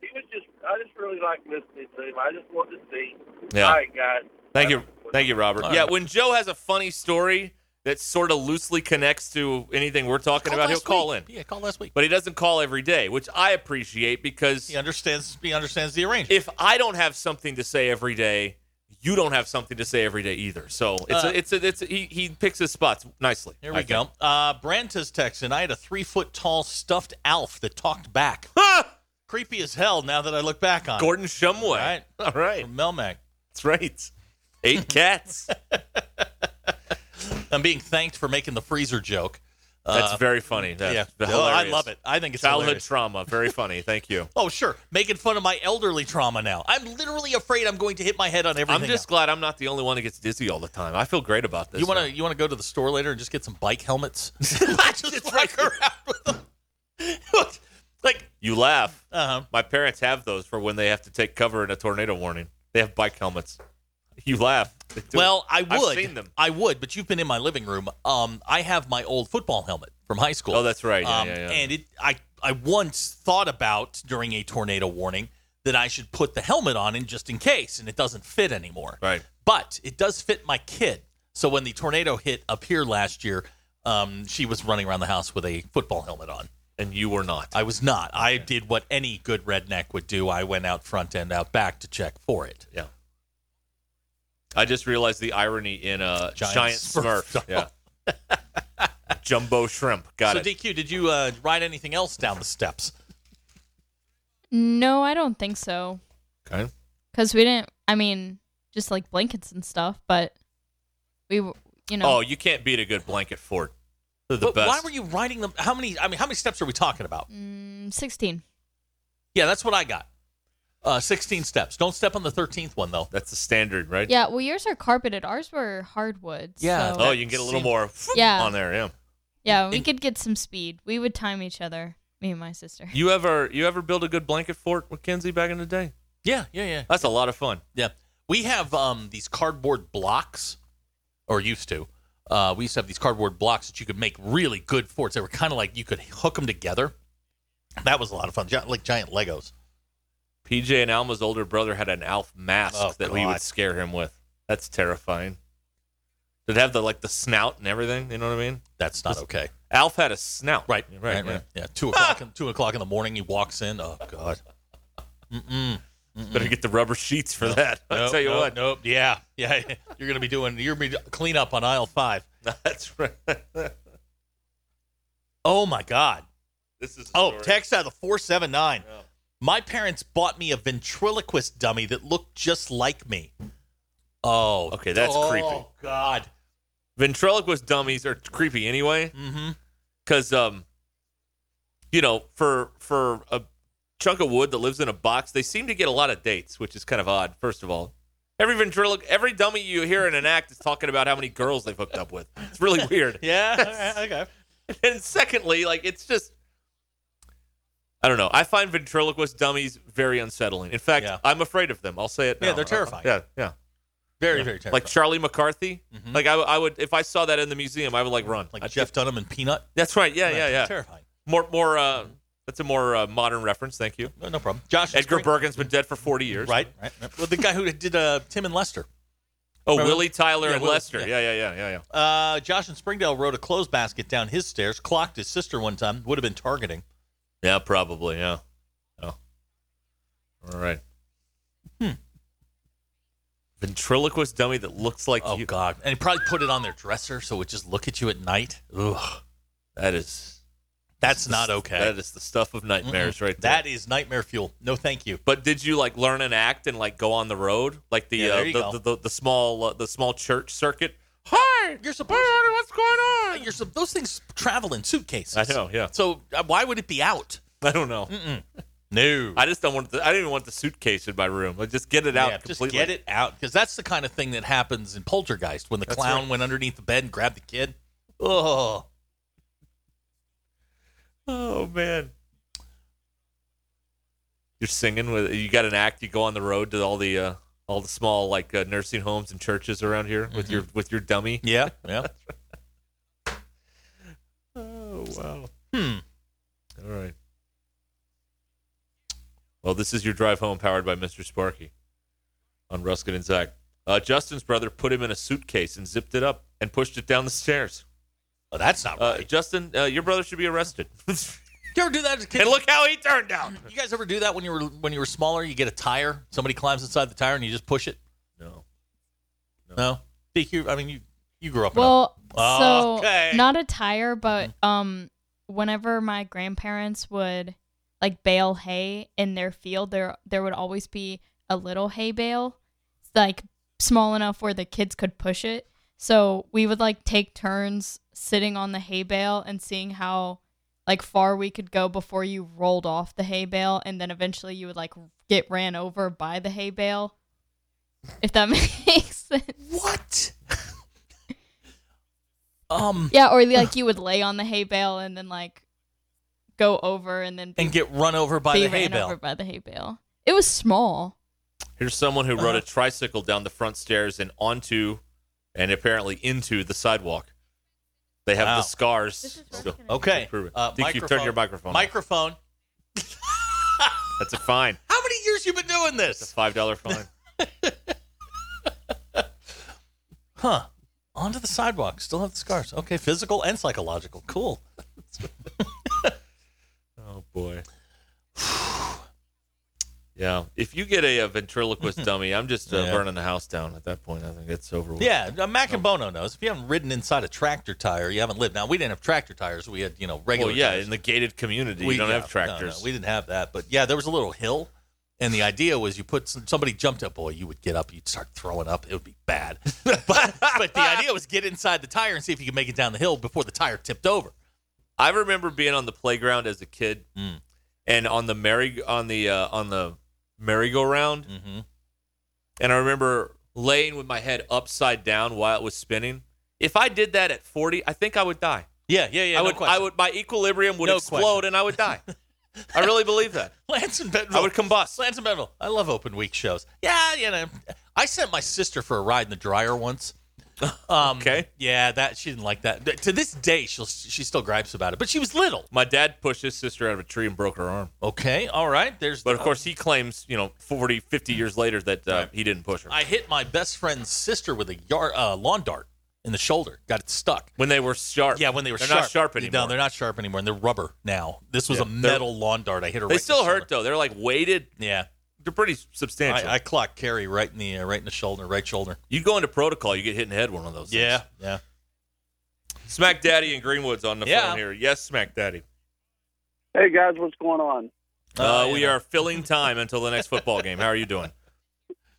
[SPEAKER 7] He was just. I just really like listening to him. I just wanted to see.
[SPEAKER 1] Yeah.
[SPEAKER 7] All right, guys.
[SPEAKER 1] Thank you. Thank you, Robert.
[SPEAKER 2] All
[SPEAKER 1] yeah,
[SPEAKER 2] right.
[SPEAKER 1] when Joe has a funny story that sort of loosely connects to anything we're talking about, he'll
[SPEAKER 2] Oh, last
[SPEAKER 1] call
[SPEAKER 2] week.
[SPEAKER 1] in.
[SPEAKER 2] Yeah, call last week.
[SPEAKER 1] But he doesn't call every day, which I appreciate because
[SPEAKER 2] He understands he understands the arrangement.
[SPEAKER 1] if I don't have something to say every day, you don't have something to say every day either. So it's
[SPEAKER 2] Uh,
[SPEAKER 1] a, it's a, it's a, he he picks his spots nicely.
[SPEAKER 2] Here we
[SPEAKER 1] I
[SPEAKER 2] go.
[SPEAKER 1] think.
[SPEAKER 2] Uh, Branta's texting. I had a three foot tall stuffed Alf that talked back. Creepy as hell. Now that I look back on
[SPEAKER 1] Ah! Gordon Shumway.
[SPEAKER 2] Right.
[SPEAKER 1] All
[SPEAKER 2] it.
[SPEAKER 1] right.
[SPEAKER 2] From Melmac.
[SPEAKER 1] That's right. Eight cats.
[SPEAKER 2] I'm being thanked for making the freezer joke.
[SPEAKER 1] That's very funny. That's
[SPEAKER 2] Uh, yeah,
[SPEAKER 1] hilarious.
[SPEAKER 2] Oh, I love it. I think it's
[SPEAKER 1] Childhood
[SPEAKER 2] hilarious.
[SPEAKER 1] trauma. Very funny. Thank you.
[SPEAKER 2] Oh, sure. Making fun of my elderly trauma now. I'm literally afraid I'm going to hit my head on everything.
[SPEAKER 1] I'm just glad I'm not the only one that gets dizzy all the time. I feel great about
[SPEAKER 2] now.
[SPEAKER 1] this.
[SPEAKER 2] you want
[SPEAKER 1] now.
[SPEAKER 2] to you want to go to the store later and just get some bike helmets. just walk around with them. like,
[SPEAKER 1] You laugh.
[SPEAKER 2] uh huh.
[SPEAKER 1] My parents have those for when they have to take cover in a tornado warning. They have bike helmets. You laugh. They do
[SPEAKER 2] Well,
[SPEAKER 1] it.
[SPEAKER 2] I
[SPEAKER 1] I've
[SPEAKER 2] would.
[SPEAKER 1] seen them.
[SPEAKER 2] I would, but you've been in my living room. Um, I have my old football helmet from high school.
[SPEAKER 1] Oh, that's right. Yeah,
[SPEAKER 2] um,
[SPEAKER 1] yeah, yeah.
[SPEAKER 2] And it, I, I once thought about during a tornado warning that I should put the helmet on in just in case, and it doesn't fit anymore.
[SPEAKER 1] Right.
[SPEAKER 2] But it does fit my kid. So when the tornado hit up here last year, um, she was running around the house with a football helmet on.
[SPEAKER 1] And you were not.
[SPEAKER 2] I was not. I did what any good redneck would do. I went out front and out back to check for it.
[SPEAKER 1] Yeah. I just realized the irony in a
[SPEAKER 2] Giant
[SPEAKER 1] giant,
[SPEAKER 2] Smurf
[SPEAKER 1] Smurf.
[SPEAKER 2] doll.
[SPEAKER 1] Yeah. Jumbo shrimp. Got
[SPEAKER 2] so
[SPEAKER 1] it.
[SPEAKER 2] DQ, did you uh, ride anything else down the steps?
[SPEAKER 3] No, I don't think so.
[SPEAKER 1] Okay.
[SPEAKER 3] Because we didn't, I mean, just like blankets and stuff, but we, w- you know.
[SPEAKER 1] Oh, you can't beat a good blanket fort. They're the
[SPEAKER 2] but
[SPEAKER 1] best.
[SPEAKER 2] why were you riding them? How many? I mean, how many steps are we talking about?
[SPEAKER 3] Mm, 16.
[SPEAKER 2] Yeah, that's what I got. Uh, sixteen steps. Don't step on the thirteenth one though.
[SPEAKER 1] That's the standard, right?
[SPEAKER 3] Yeah, well, yours are carpeted. Ours were hardwood.
[SPEAKER 2] Yeah,
[SPEAKER 3] so-
[SPEAKER 1] Oh, you can get a little
[SPEAKER 2] Same.
[SPEAKER 1] more
[SPEAKER 3] Yeah.
[SPEAKER 1] on there. Yeah.
[SPEAKER 3] yeah, we
[SPEAKER 2] and-
[SPEAKER 3] could get some speed. We would time each other, me and my sister.
[SPEAKER 1] You ever you ever build a good blanket fort with Kenzie back in the day?
[SPEAKER 2] Yeah, yeah, yeah,
[SPEAKER 1] That's a lot of fun.
[SPEAKER 2] yeah. We have um, these cardboard blocks, or used to. Uh, we used to have these cardboard blocks that you could make really good forts. They were kind of like you could hook them together. That was a lot of fun, Gi- like giant Legos.
[SPEAKER 1] PJ and Alma's older brother had an Alf mask
[SPEAKER 2] Oh,
[SPEAKER 1] that we
[SPEAKER 2] God.
[SPEAKER 1] would scare him with. That's terrifying. Did it have the like the snout and everything? You know what I mean?
[SPEAKER 2] That's not okay.
[SPEAKER 1] Alf had a snout.
[SPEAKER 2] Right,
[SPEAKER 1] Right.
[SPEAKER 2] right,
[SPEAKER 1] yeah.
[SPEAKER 2] right. Yeah, two o'clock, in, two o'clock in the morning. He walks in. Oh God. Mm-mm.
[SPEAKER 1] Better get the rubber sheets for that. I'll
[SPEAKER 2] Nope,
[SPEAKER 1] tell you
[SPEAKER 2] nope,
[SPEAKER 1] what.
[SPEAKER 2] Nope. Yeah. Yeah. You're gonna be doing. You're gonna be clean up on aisle five.
[SPEAKER 1] That's right.
[SPEAKER 2] Oh my God.
[SPEAKER 1] this is a
[SPEAKER 2] Oh,
[SPEAKER 1] story.
[SPEAKER 2] text out of the four seven nine.
[SPEAKER 1] Yeah.
[SPEAKER 2] My parents bought me a ventriloquist dummy that looked just like me. Oh.
[SPEAKER 1] Okay, that's
[SPEAKER 2] oh,
[SPEAKER 1] creepy.
[SPEAKER 2] God.
[SPEAKER 1] ventriloquist dummies are creepy anyway
[SPEAKER 2] Mm-hmm.
[SPEAKER 1] because um you know for for a chunk of wood that lives in a box they seem to get a lot of dates which is kind of odd first of all every ventriloquist every dummy you hear in an act is talking about how many girls they've hooked up with it's really weird
[SPEAKER 2] Yeah. all right, okay.
[SPEAKER 1] and secondly like it's just i don't know i find ventriloquist dummies very unsettling in fact
[SPEAKER 2] Yeah.
[SPEAKER 1] i'm afraid of them i'll say it
[SPEAKER 2] Yeah,
[SPEAKER 1] now.
[SPEAKER 2] they're terrifying.
[SPEAKER 1] yeah yeah
[SPEAKER 2] Very very terrifying.
[SPEAKER 1] like charlie mccarthy
[SPEAKER 2] Mhm.
[SPEAKER 1] like I, I would if i saw that in the museum i would like run
[SPEAKER 2] like
[SPEAKER 1] I'd
[SPEAKER 2] Jeff Dunham and Peanut.
[SPEAKER 1] that's right. Yeah, yeah, yeah.
[SPEAKER 2] Terrifying.
[SPEAKER 1] More, more. Uh, that's a more uh, modern reference. Thank you.
[SPEAKER 2] No, no problem. Josh. in
[SPEAKER 1] Edgar
[SPEAKER 2] Spring-
[SPEAKER 1] Bergen's been dead for 40 years.
[SPEAKER 2] Right. Right. right. Well, the guy who did uh, Tim and Lester.
[SPEAKER 1] Oh,
[SPEAKER 2] Remember-
[SPEAKER 1] Willie Tyler
[SPEAKER 2] Yeah,
[SPEAKER 1] and
[SPEAKER 2] Willie,
[SPEAKER 1] Lester.
[SPEAKER 2] yeah.
[SPEAKER 1] Yeah. yeah, yeah, yeah, yeah.
[SPEAKER 2] Uh, Josh in Springdale rode a clothes basket down his stairs, clocked his sister one time, would have been targeting.
[SPEAKER 1] Yeah, probably. Yeah. Oh. All right.
[SPEAKER 2] Hmm.
[SPEAKER 1] Ventriloquist dummy that looks like
[SPEAKER 2] Oh
[SPEAKER 1] you.
[SPEAKER 2] God! And he probably put it on their dresser so it would just look at you at night. Ugh,
[SPEAKER 1] That is
[SPEAKER 2] that's not okay.
[SPEAKER 1] That is the stuff of nightmares,
[SPEAKER 2] Mm-mm.
[SPEAKER 1] right? There.
[SPEAKER 2] That is nightmare fuel. No, thank you.
[SPEAKER 1] But did you like learn an act and like go on the road, like the
[SPEAKER 2] Yeah,
[SPEAKER 1] uh,
[SPEAKER 2] there
[SPEAKER 1] the,
[SPEAKER 2] you go.
[SPEAKER 1] the, the the small uh, the small church circuit?
[SPEAKER 2] Hi, you're supposed. Hey, what's going on? You're sup- those things travel in suitcases.
[SPEAKER 1] I know. Yeah.
[SPEAKER 2] So uh, why would it be out?
[SPEAKER 1] I don't know.
[SPEAKER 2] No.
[SPEAKER 1] I just don't want. The, I didn't even want the suitcase in my room. Like, just get it out
[SPEAKER 2] yeah, just
[SPEAKER 1] completely.
[SPEAKER 2] get it out because that's the kind of thing that happens in Poltergeist when the clown went underneath the bed and grabbed the kid. Oh,
[SPEAKER 1] Oh man. You're singing with you got an act you go on the road to all the uh, all the small like uh, nursing homes and churches around here with your with your dummy.
[SPEAKER 2] yeah, yeah.
[SPEAKER 1] Oh wow.
[SPEAKER 2] hmm.
[SPEAKER 1] All right. Well, this is your drive home powered by Mr. Sparky on Ruskin and Zach. Uh, Justin's brother put him in a suitcase and zipped it up and pushed it down the stairs.
[SPEAKER 2] Oh, that's not
[SPEAKER 1] Uh,
[SPEAKER 2] right.
[SPEAKER 1] Justin, uh, your brother should be arrested. and
[SPEAKER 2] you ever do that as a kid?
[SPEAKER 1] look how he turned out.
[SPEAKER 2] You guys ever do that when you were when you were smaller? You get a tire, somebody climbs inside the tire, and you just push it.
[SPEAKER 1] No.
[SPEAKER 2] No, DQ. I mean, you you grew up. in a-
[SPEAKER 3] Well, so
[SPEAKER 2] Okay.
[SPEAKER 3] not a tire, but um, whenever my grandparents would like bale hay in their field, there there would always be a little hay bale, like small enough where the kids could push it. So we would like take turns sitting on the hay bale and seeing how like far we could go before you rolled off the hay bale, and then eventually you would like get ran over by the hay bale. If that makes sense.
[SPEAKER 2] what? um,
[SPEAKER 3] Yeah, or like you would lay on the hay bale and then like go over and then be,
[SPEAKER 2] and get run over by
[SPEAKER 3] be
[SPEAKER 2] the hay
[SPEAKER 3] ran
[SPEAKER 2] bale.
[SPEAKER 3] over by the hay bale. It was small.
[SPEAKER 1] Here's someone who rode a tricycle down the front stairs and onto, and apparently into the sidewalk. They have
[SPEAKER 2] Wow.
[SPEAKER 1] the scars. So, oh,
[SPEAKER 2] Okay.
[SPEAKER 1] Prove it.
[SPEAKER 2] Uh,
[SPEAKER 1] Think you turned your microphone off.
[SPEAKER 2] Microphone.
[SPEAKER 1] that's a fine.
[SPEAKER 2] How many years you been doing
[SPEAKER 1] It's a
[SPEAKER 2] this?
[SPEAKER 1] five dollar fine.
[SPEAKER 2] Huh. Onto the sidewalk. Still have the scars. Okay, physical and psychological. Cool.
[SPEAKER 1] oh boy. yeah. If you get a, uh ventriloquist dummy, I'm just uh,
[SPEAKER 2] Yeah.
[SPEAKER 1] burning the house down at that point. I think it's over. With.
[SPEAKER 2] Yeah, uh, Mac
[SPEAKER 1] Oh.
[SPEAKER 2] and Bono knows. If you haven't ridden inside a tractor tire, you haven't lived. Now, we didn't have tractor tires. We had, you know, regular
[SPEAKER 1] Well, yeah.
[SPEAKER 2] tires.
[SPEAKER 1] In the gated community, you don't
[SPEAKER 2] yeah,
[SPEAKER 1] have tractors.
[SPEAKER 2] No, no, we didn't have that, but yeah, there was a little hill, and the idea was you put some, somebody jumped up, boy, you would get up, you'd start throwing up, it would be bad. but but the idea was get inside the tire and see if you could make it down the hill before the tire tipped over.
[SPEAKER 1] I remember being on the playground as a kid,
[SPEAKER 2] Mm.
[SPEAKER 1] and on the merry on the uh, on the merry-go-round,
[SPEAKER 2] Mm-hmm.
[SPEAKER 1] and I remember laying with my head upside down while it was spinning. If I did that at 40, I think I would die.
[SPEAKER 2] Yeah, yeah, yeah.
[SPEAKER 1] I
[SPEAKER 2] no
[SPEAKER 1] would, I
[SPEAKER 2] question.
[SPEAKER 1] would, my equilibrium would
[SPEAKER 2] No
[SPEAKER 1] explode,
[SPEAKER 2] question.
[SPEAKER 1] and I would die. I really believe that.
[SPEAKER 2] Lance and Bentonville.
[SPEAKER 1] I would combust.
[SPEAKER 2] Lance and Bentonville. I love open week shows. Yeah, you know, I sent my sister for a ride in the dryer once. Um,
[SPEAKER 1] Okay.
[SPEAKER 2] Yeah, that she didn't like that. Th- To this day, she'll she still gripes about it, but she was little.
[SPEAKER 1] My dad pushed his sister out of a tree and broke her arm.
[SPEAKER 2] Okay, all right. There's
[SPEAKER 1] But of course, he claims, you know, 40, 50 years later that uh, he didn't push her.
[SPEAKER 2] I hit my best friend's sister with a yard, uh, lawn dart in the shoulder. Got it stuck.
[SPEAKER 1] when they were sharp.
[SPEAKER 2] Yeah, when they were
[SPEAKER 1] They're
[SPEAKER 2] sharp.
[SPEAKER 1] not sharp anymore.
[SPEAKER 2] No, they're not sharp anymore, and they're rubber now. This was
[SPEAKER 1] Yeah,
[SPEAKER 2] a
[SPEAKER 1] they're-
[SPEAKER 2] metal lawn dart. I hit her.
[SPEAKER 1] They
[SPEAKER 2] right in the
[SPEAKER 1] still hurt,
[SPEAKER 2] shoulder.
[SPEAKER 1] though. They're like weighted.
[SPEAKER 2] Yeah,
[SPEAKER 1] They're pretty substantial.
[SPEAKER 2] I, I clocked Carrie right in the uh, right in the shoulder, right shoulder.
[SPEAKER 1] you go into protocol, you get hit in the head with one of those. things.
[SPEAKER 2] yeah.
[SPEAKER 1] Smack Daddy and Greenwood's on the
[SPEAKER 2] Yeah.
[SPEAKER 1] phone here. Yes, Smack Daddy.
[SPEAKER 4] Hey guys, what's going on?
[SPEAKER 1] Uh,
[SPEAKER 2] Oh,
[SPEAKER 1] we
[SPEAKER 2] yeah.
[SPEAKER 1] are filling time until the next football game. How are you doing?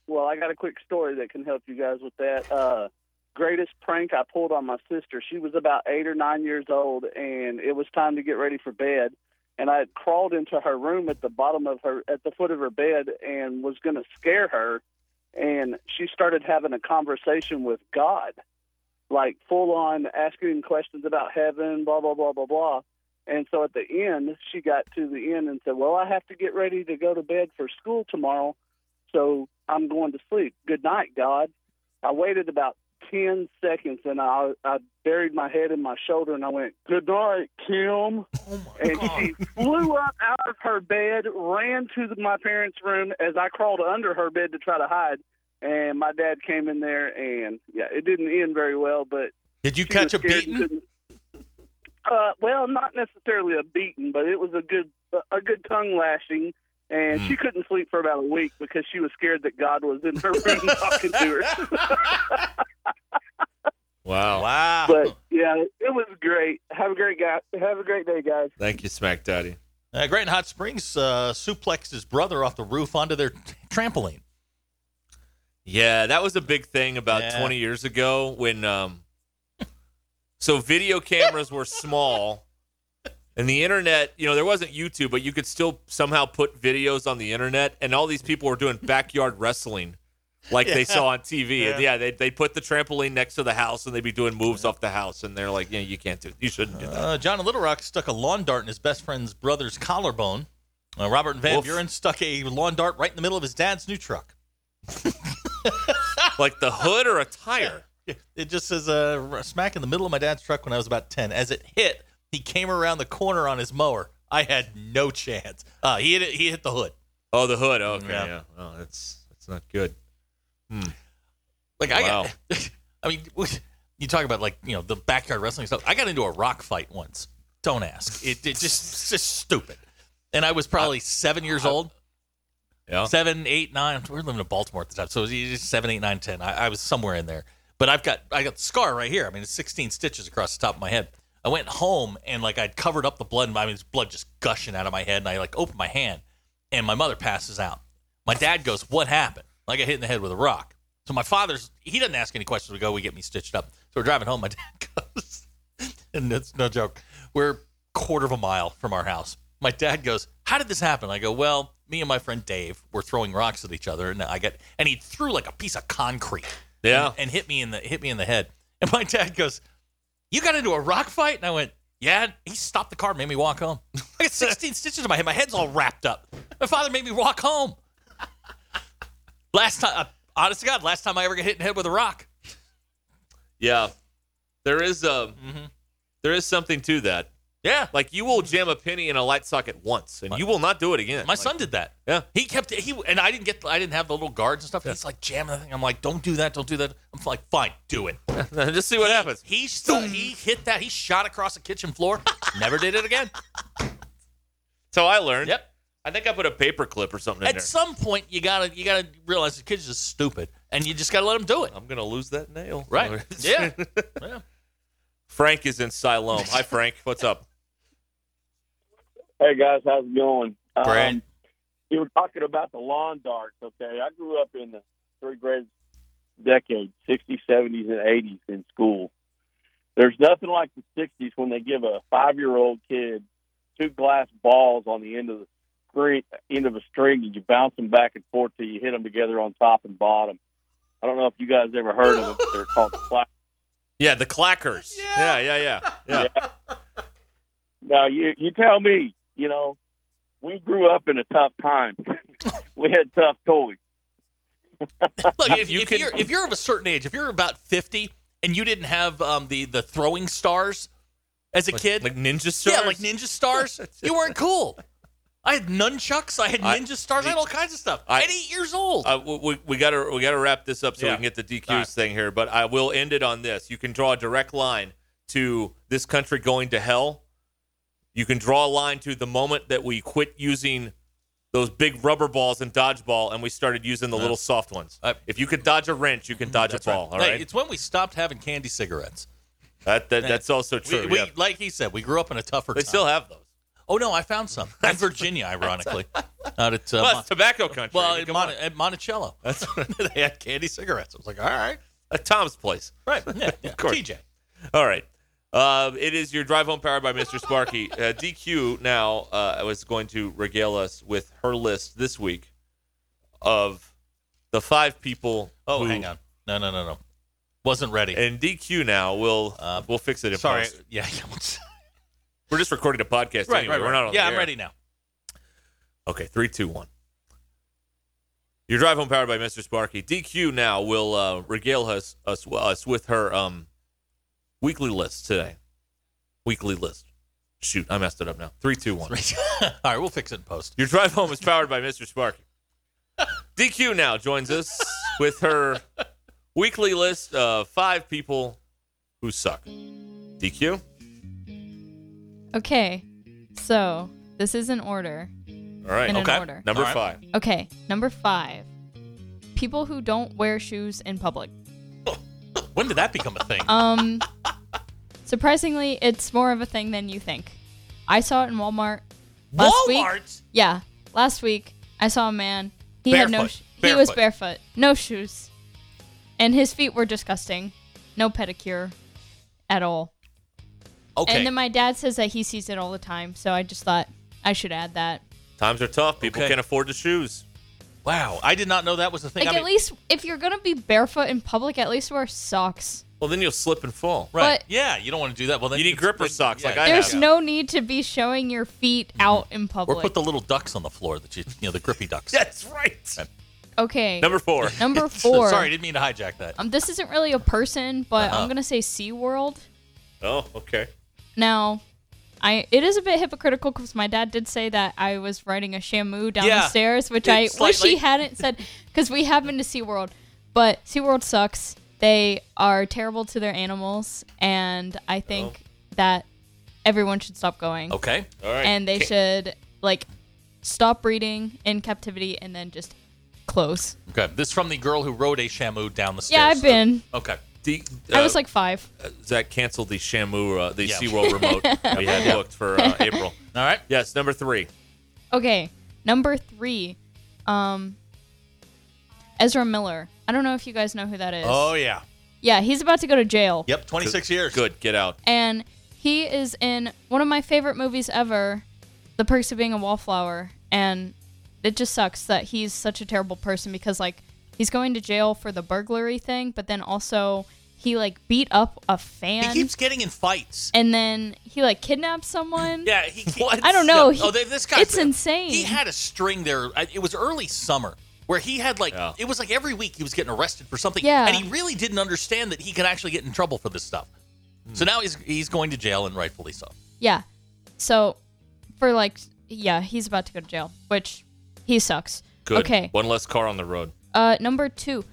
[SPEAKER 4] Well, I got a quick story that can help you guys with that. Uh, greatest prank I pulled on my sister. She was about eight or nine years old, and it was time to get ready for bed. And I had crawled into her room at the bottom of her, at the foot of her bed, and was going to scare her. And she started having a conversation with God, like full on asking questions about heaven, blah blah blah blah blah. And so at the end, she got to the end and said, "Well, I have to get ready to go to bed for school tomorrow." So I'm going to sleep. Good night, God. I waited about 10 seconds and I, I buried my head in my shoulder and I went, Good night, Kim. and she flew up out of her bed, ran to my parents' room as I crawled under her bed to try to hide. And my dad came in there and, yeah, it didn't end very well, but.
[SPEAKER 2] Did you
[SPEAKER 4] she
[SPEAKER 2] catch
[SPEAKER 4] was
[SPEAKER 2] a
[SPEAKER 4] scared and
[SPEAKER 2] beating?
[SPEAKER 4] couldn't- Uh, well, not necessarily a beating, but it was a good a good tongue lashing, and
[SPEAKER 2] Hmm.
[SPEAKER 4] she couldn't sleep for about a week because she was scared that God was in her room talking to her.
[SPEAKER 1] Wow.
[SPEAKER 2] Wow.
[SPEAKER 4] But yeah, it was great. Have a great guy. Have a great day, guys.
[SPEAKER 1] Thank you, Smack Daddy.
[SPEAKER 2] Uh, Grant Hot Springs uh, suplexed his brother off the roof onto their t- trampoline.
[SPEAKER 1] Yeah, that was a big thing about
[SPEAKER 2] Yeah.
[SPEAKER 1] 20 years ago when um so video cameras were small and the internet, you know, there wasn't YouTube, but you could still somehow put videos on the internet and all these people were doing backyard wrestling like they saw on TV. Yeah, and yeah they they put the trampoline next to the house and they'd be doing moves off the house and they're like, "Yeah, you can't do you shouldn't do that."
[SPEAKER 2] Uh, John in Little Rock stuck a lawn dart in his best friend's brother's collarbone. Uh, Robert Van
[SPEAKER 1] Woof.
[SPEAKER 2] Buren stuck a lawn dart right in the middle of his dad's new truck.
[SPEAKER 1] like the hood or a tire.
[SPEAKER 2] It just says uh, r- smack in the middle of my dad's truck when I was about 10. As it hit, he came around the corner on his mower. I had no chance. Uh, he hit it, he hit the hood.
[SPEAKER 1] Oh, the hood. Okay,
[SPEAKER 2] Yeah.
[SPEAKER 1] yeah. Oh, that's that's not good.
[SPEAKER 2] Like I got, I mean, you talk about like you know the backyard wrestling stuff. I got into a rock fight once. Don't ask. It, it just it's just stupid. And I was probably seven years old.
[SPEAKER 1] Yeah.
[SPEAKER 2] Seven, eight, nine. We were living in Baltimore at the time, so it was either seven, eight, nine, ten. I, I was somewhere in there. But I've got I got the scar right here. I mean, it's sixteen stitches across the top of my head. I went home and like I'd covered up the blood. and I mean, it's blood just gushing out of my head. And I like opened my hand, and my mother passes out. My dad goes, "What happened?" Like I hit in the head with a rock. So my father's he doesn't ask any questions. We go, we get me stitched up. So we're driving home. My dad goes, and that's no joke. We're a quarter of a mile from our house. My dad goes, "How did this happen?" I go, "Well, me and my friend Dave were throwing rocks at each other, and I got and he threw like a piece of concrete,
[SPEAKER 1] Yeah.
[SPEAKER 2] and, and hit me in the hit me in the head." And my dad goes, "You got into a rock fight?" And I went, "Yeah." He stopped the car, and made me walk home. I got 16 stitches in my head. My head's all wrapped up. My father made me walk home. Last time, uh, honest to God, last time I ever got hit in the head with a rock.
[SPEAKER 1] Yeah, there is um, there is something to that.
[SPEAKER 2] Mm-hmm. Yeah,
[SPEAKER 1] Like you will jam a penny in a light socket once, and you will not do it again.
[SPEAKER 2] my
[SPEAKER 1] Like,
[SPEAKER 2] son did that.
[SPEAKER 1] Yeah.
[SPEAKER 2] he kept he and I didn't get I didn't have the little guards and stuff. He's like jamming the thing. I'm like, don't do that, don't do that. I'm like, fine, do it.
[SPEAKER 1] Just see what happens.
[SPEAKER 2] He st- he hit that. He shot across the kitchen floor. Never did it again.
[SPEAKER 1] So I learned.
[SPEAKER 2] Yep.
[SPEAKER 1] I think I put a paper clip or something in
[SPEAKER 2] At
[SPEAKER 1] there.
[SPEAKER 2] some point, you gotta you gotta realize the kid's just stupid, and you just gotta let him do it.
[SPEAKER 1] I'm gonna lose that nail.
[SPEAKER 2] Right? yeah. yeah.
[SPEAKER 1] Frank is in Siloam. Hi, Frank. What's up?
[SPEAKER 7] Hey guys, how's it going?
[SPEAKER 2] Brad.
[SPEAKER 7] Um, you were talking about the lawn darts, okay? I grew up in the three greatest decades, 60s, 70s, and 80s in school. There's nothing like the 60s when they give a five-year-old kid two glass balls on the end of the screen, end of a string, and you bounce them back and forth till you hit them together on top and bottom. I don't know if you guys ever heard of them. But they're called flat
[SPEAKER 1] Yeah, the clackers. Yeah, yeah, yeah. Yeah.
[SPEAKER 7] Now you you tell me, you know, we grew up in a tough time. we had tough toys.
[SPEAKER 2] Look, if,
[SPEAKER 1] You
[SPEAKER 2] if
[SPEAKER 1] can-
[SPEAKER 2] you're if you're of a certain age, if you're about fifty and you didn't have um, the the throwing stars as a
[SPEAKER 1] Like,
[SPEAKER 2] kid,
[SPEAKER 1] like ninja stars.
[SPEAKER 2] yeah, like ninja stars, you weren't cool. I had nunchucks. I had
[SPEAKER 1] I-
[SPEAKER 2] ninja stars. I had all kinds of stuff.
[SPEAKER 1] I-
[SPEAKER 2] at eight years old,
[SPEAKER 1] Uh, we- we, we gotta we gotta wrap this up so
[SPEAKER 2] Yeah.
[SPEAKER 1] we can get the DQ's
[SPEAKER 2] All right.
[SPEAKER 1] thing here. But I will end it on this. You can draw a direct line to this country going to hell. You can draw a line to the moment that we quit using those big rubber balls and dodgeball, and we started using the little soft ones.
[SPEAKER 2] I- Mm-hmm,
[SPEAKER 1] if you could dodge a wrench, you can dodge a
[SPEAKER 2] That's right.
[SPEAKER 1] ball. All
[SPEAKER 2] Hey,
[SPEAKER 1] right,
[SPEAKER 2] it's when we stopped having candy cigarettes.
[SPEAKER 1] that, that that's also
[SPEAKER 2] We,
[SPEAKER 1] true.
[SPEAKER 2] we-
[SPEAKER 1] yeah.
[SPEAKER 2] like he said, we grew up in a tougher
[SPEAKER 1] They
[SPEAKER 2] time.
[SPEAKER 1] still have those.
[SPEAKER 2] oh no, I found some in Virginia, ironically, out at uh,
[SPEAKER 1] Well,
[SPEAKER 2] Mon-
[SPEAKER 1] it's tobacco country.
[SPEAKER 2] well
[SPEAKER 1] I mean,
[SPEAKER 2] at,
[SPEAKER 1] come
[SPEAKER 2] Mon-
[SPEAKER 1] on.
[SPEAKER 2] at Monticello.
[SPEAKER 1] That's
[SPEAKER 2] they had candy cigarettes. I was like, all right,
[SPEAKER 1] at Tom's place.
[SPEAKER 2] right, yeah, yeah.
[SPEAKER 1] course.
[SPEAKER 2] TJ.
[SPEAKER 1] All right. Uh, it is your drive home powered by Mr. Sparky. Uh, DQ now uh, was going to regale us with her list this week of the five people.
[SPEAKER 2] Oh,
[SPEAKER 1] who-
[SPEAKER 2] hang on. No, no, no, no. Wasn't ready.
[SPEAKER 1] And DQ now will
[SPEAKER 2] Uh,
[SPEAKER 1] will fix it. In
[SPEAKER 2] Sorry.
[SPEAKER 1] post.
[SPEAKER 2] Yeah.
[SPEAKER 1] we're just recording a podcast anyway. We're not on
[SPEAKER 2] yeah,
[SPEAKER 1] the
[SPEAKER 2] I'm
[SPEAKER 1] air.
[SPEAKER 2] ready now.
[SPEAKER 1] Okay, three, two, one. Your drive home powered by Mr. Sparky. DQ now will uh, regale us us, us with her um, weekly list today. Weekly list. Shoot, I messed it up now. Three, two, one.
[SPEAKER 2] All right, we'll fix it in post.
[SPEAKER 1] Your drive home is powered by Mr. Sparky. DQ now joins us with her weekly list of five people who suck. DQ?
[SPEAKER 3] Okay, so this is an order.
[SPEAKER 1] All right.
[SPEAKER 3] In an
[SPEAKER 1] okay.
[SPEAKER 3] order.
[SPEAKER 1] Number
[SPEAKER 2] All right.
[SPEAKER 1] five.
[SPEAKER 3] Okay, number five. People who don't wear shoes in public.
[SPEAKER 2] When did that become a thing?
[SPEAKER 3] Um, surprisingly, it's more of a thing than you think. I saw it in Walmart last week.
[SPEAKER 2] Walmart.
[SPEAKER 3] Yeah, last week I saw a man. He had no.
[SPEAKER 2] Barefoot.
[SPEAKER 3] Sh- he was
[SPEAKER 2] Barefoot.
[SPEAKER 3] barefoot, no shoes, and his feet were disgusting. No pedicure at all.
[SPEAKER 2] Okay.
[SPEAKER 3] And then my dad says that he sees it all the time, so I just thought I should add that.
[SPEAKER 1] Times are tough. People
[SPEAKER 2] Okay.
[SPEAKER 1] can't afford the shoes.
[SPEAKER 2] wow, I did not know that was a thing.
[SPEAKER 3] Like
[SPEAKER 2] I
[SPEAKER 3] at least if you're gonna be barefoot in public, at least wear socks.
[SPEAKER 1] Well, then you'll slip and fall.
[SPEAKER 2] right?
[SPEAKER 3] but-
[SPEAKER 2] yeah, you don't want to do that. Well, then
[SPEAKER 1] You need
[SPEAKER 2] it's-
[SPEAKER 1] gripper
[SPEAKER 2] it's-
[SPEAKER 1] socks
[SPEAKER 2] yeah.
[SPEAKER 1] like I
[SPEAKER 3] There's
[SPEAKER 1] have.
[SPEAKER 3] no need to be showing your feet out in
[SPEAKER 2] Or
[SPEAKER 3] public.
[SPEAKER 2] put the little ducks on the floor that you, you know, the grippy ducks.
[SPEAKER 1] That's right.
[SPEAKER 3] okay.
[SPEAKER 1] Number four.
[SPEAKER 3] Number four.
[SPEAKER 2] Sorry, I didn't mean to hijack that.
[SPEAKER 3] Um, this isn't really a person, but
[SPEAKER 2] Uh-huh.
[SPEAKER 3] I'm gonna say SeaWorld.
[SPEAKER 1] Oh, okay.
[SPEAKER 3] Now, I it is a bit hypocritical because my dad did say that I was riding a Shamu down
[SPEAKER 2] Yeah.
[SPEAKER 3] the stairs, which
[SPEAKER 2] It
[SPEAKER 3] I wish
[SPEAKER 2] slightly-
[SPEAKER 3] he hadn't said because we have been to SeaWorld, but SeaWorld sucks. They are terrible to their animals, and I think that everyone should stop going.
[SPEAKER 2] Okay.
[SPEAKER 1] All right.
[SPEAKER 3] And they
[SPEAKER 1] Can't-
[SPEAKER 3] should like stop breeding in captivity and then just close.
[SPEAKER 2] Okay. This is from the girl who rode a shamu down the stairs.
[SPEAKER 3] Yeah, I've been.
[SPEAKER 2] Okay.
[SPEAKER 1] D-
[SPEAKER 3] I
[SPEAKER 1] uh,
[SPEAKER 3] was like five.
[SPEAKER 1] Zach canceled the Shamu, uh, the
[SPEAKER 2] Yeah.
[SPEAKER 1] SeaWorld remote we had booked for uh, April.
[SPEAKER 2] All right.
[SPEAKER 1] Yes, number three.
[SPEAKER 3] Okay, number three, um, Ezra Miller. I don't know if you guys know who that is.
[SPEAKER 2] Oh yeah.
[SPEAKER 3] yeah, he's about to go to jail.
[SPEAKER 2] Yep. Twenty six years.
[SPEAKER 1] Good, get out.
[SPEAKER 3] And he is in one of my favorite movies ever, The Perks of Being a Wallflower. And it just sucks that he's such a terrible person because, like, he's going to jail for the burglary thing, but then also he, like, beat up a fan.
[SPEAKER 2] He keeps getting in fights.
[SPEAKER 3] and then he, like, kidnapped someone.
[SPEAKER 2] Yeah, he.
[SPEAKER 3] I don't know. He-
[SPEAKER 2] oh, they, this guy.
[SPEAKER 3] it's insane.
[SPEAKER 2] He had a string there. I- It was early summer, where he had like
[SPEAKER 1] Yeah.
[SPEAKER 2] it was like every week he was getting arrested for something,
[SPEAKER 3] Yeah.
[SPEAKER 2] and he really didn't understand that he could actually get in trouble for this stuff. So
[SPEAKER 1] Hmm.
[SPEAKER 2] now he's he's going to jail and rightfully so.
[SPEAKER 3] Yeah. So, for like, yeah, he's about to go to jail, which he sucks.
[SPEAKER 1] Good.
[SPEAKER 3] Okay.
[SPEAKER 1] One less car on the road.
[SPEAKER 3] Uh, number two,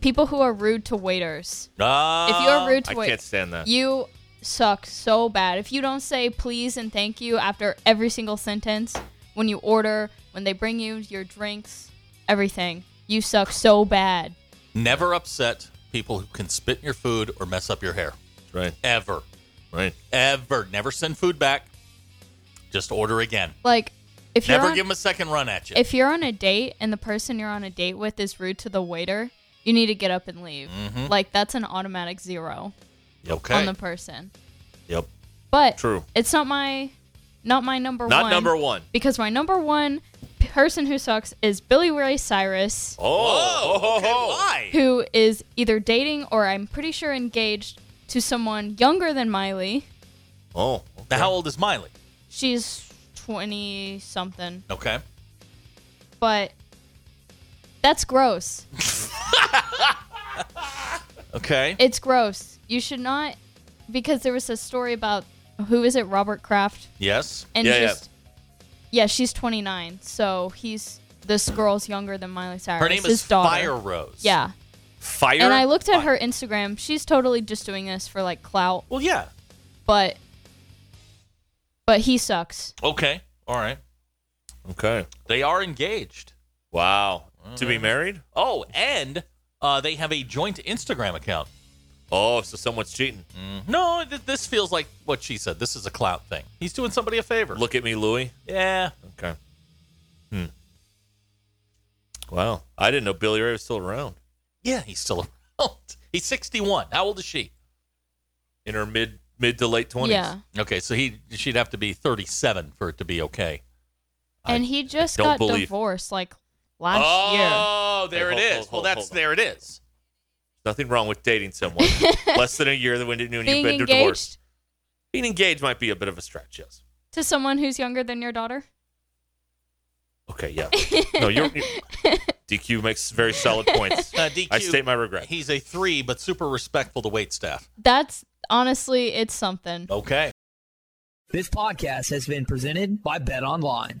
[SPEAKER 3] people who are rude to waiters.
[SPEAKER 2] Ah,
[SPEAKER 3] if you're rude
[SPEAKER 1] Uh, I
[SPEAKER 3] to waiters,
[SPEAKER 1] can't stand that.
[SPEAKER 3] you suck so bad. If you don't say please and thank you after every single sentence when you order, when they bring you your drinks, everything, you suck so bad.
[SPEAKER 2] never upset people who can spit in your food or mess up your hair
[SPEAKER 1] Right.
[SPEAKER 2] ever.
[SPEAKER 1] Right.
[SPEAKER 2] ever. Never send food back. Just order again.
[SPEAKER 3] Like, if you're
[SPEAKER 2] Never
[SPEAKER 3] on-
[SPEAKER 2] give them a second run at you.
[SPEAKER 3] if you're on a date and the person you're on a date with is rude to the waiter, you need to get up and leave.
[SPEAKER 1] Mm-hmm.
[SPEAKER 3] Like that's an automatic zero
[SPEAKER 1] Okay.
[SPEAKER 3] on the person.
[SPEAKER 1] Yep.
[SPEAKER 3] But
[SPEAKER 1] True.
[SPEAKER 3] it's not my not my number
[SPEAKER 1] Not
[SPEAKER 3] one.
[SPEAKER 1] number one.
[SPEAKER 3] Because my number one person who sucks is Billy Ray Cyrus,
[SPEAKER 1] Oh.
[SPEAKER 2] Whoa, okay, why?
[SPEAKER 3] who is either dating or I'm pretty sure engaged to someone younger than Miley.
[SPEAKER 1] Oh. okay.
[SPEAKER 2] Now, how old is Miley?
[SPEAKER 3] She's twenty something.
[SPEAKER 2] Okay.
[SPEAKER 3] But that's gross.
[SPEAKER 2] Okay.
[SPEAKER 3] It's gross. You should not, because there was a story about who is it, Robert Kraft,
[SPEAKER 2] Yes.
[SPEAKER 3] and
[SPEAKER 1] Yeah, yeah.
[SPEAKER 3] just yeah, she's 29, so he's this girl's younger than Miley Cyrus.
[SPEAKER 2] Her name
[SPEAKER 3] his
[SPEAKER 2] is
[SPEAKER 3] daughter.
[SPEAKER 2] Fire Rose.
[SPEAKER 3] Yeah,
[SPEAKER 1] Fire.
[SPEAKER 3] and I looked at her Instagram. She's totally just doing this for like clout,
[SPEAKER 2] Well, yeah.
[SPEAKER 3] but but he sucks.
[SPEAKER 2] Okay. All right.
[SPEAKER 1] Okay.
[SPEAKER 2] They are engaged.
[SPEAKER 1] Wow. To be married?
[SPEAKER 2] Oh, and uh, they have a joint Instagram account.
[SPEAKER 1] Oh, so someone's cheating.
[SPEAKER 2] Mm-hmm. No, th- this feels like what she said. This is a clout thing. He's doing somebody a favor.
[SPEAKER 1] Look at me, Louie.
[SPEAKER 2] Yeah.
[SPEAKER 1] Okay. Hmm. Wow. I didn't know Billy Ray was still around.
[SPEAKER 2] Yeah, he's still around. He's 61. How old is she?
[SPEAKER 1] In her mid mid to late twenties.
[SPEAKER 3] Yeah,
[SPEAKER 2] Okay, so he she'd have to be 37 for it to be okay. I-
[SPEAKER 3] and he just
[SPEAKER 1] don't
[SPEAKER 3] got
[SPEAKER 1] believe-
[SPEAKER 3] divorced like last year.
[SPEAKER 2] Oh, there
[SPEAKER 1] Hey, hold-
[SPEAKER 2] it is.
[SPEAKER 1] hold- hold-
[SPEAKER 2] well, that's
[SPEAKER 1] hold on.
[SPEAKER 2] there it is.
[SPEAKER 1] Nothing wrong with dating someone less than a year than when you've
[SPEAKER 3] Being
[SPEAKER 1] been
[SPEAKER 3] engaged
[SPEAKER 1] divorced. Being engaged might be a bit of a stretch, yes.
[SPEAKER 3] to someone who's younger than your daughter.
[SPEAKER 1] Okay, yeah. No, you're, you- DQ makes very solid points.
[SPEAKER 2] Uh, DQ,
[SPEAKER 1] I state my regret.
[SPEAKER 2] He's a three, but super respectful to wait staff.
[SPEAKER 3] That's honestly, it's something.
[SPEAKER 2] Okay.
[SPEAKER 8] This podcast has been presented by Bet Online.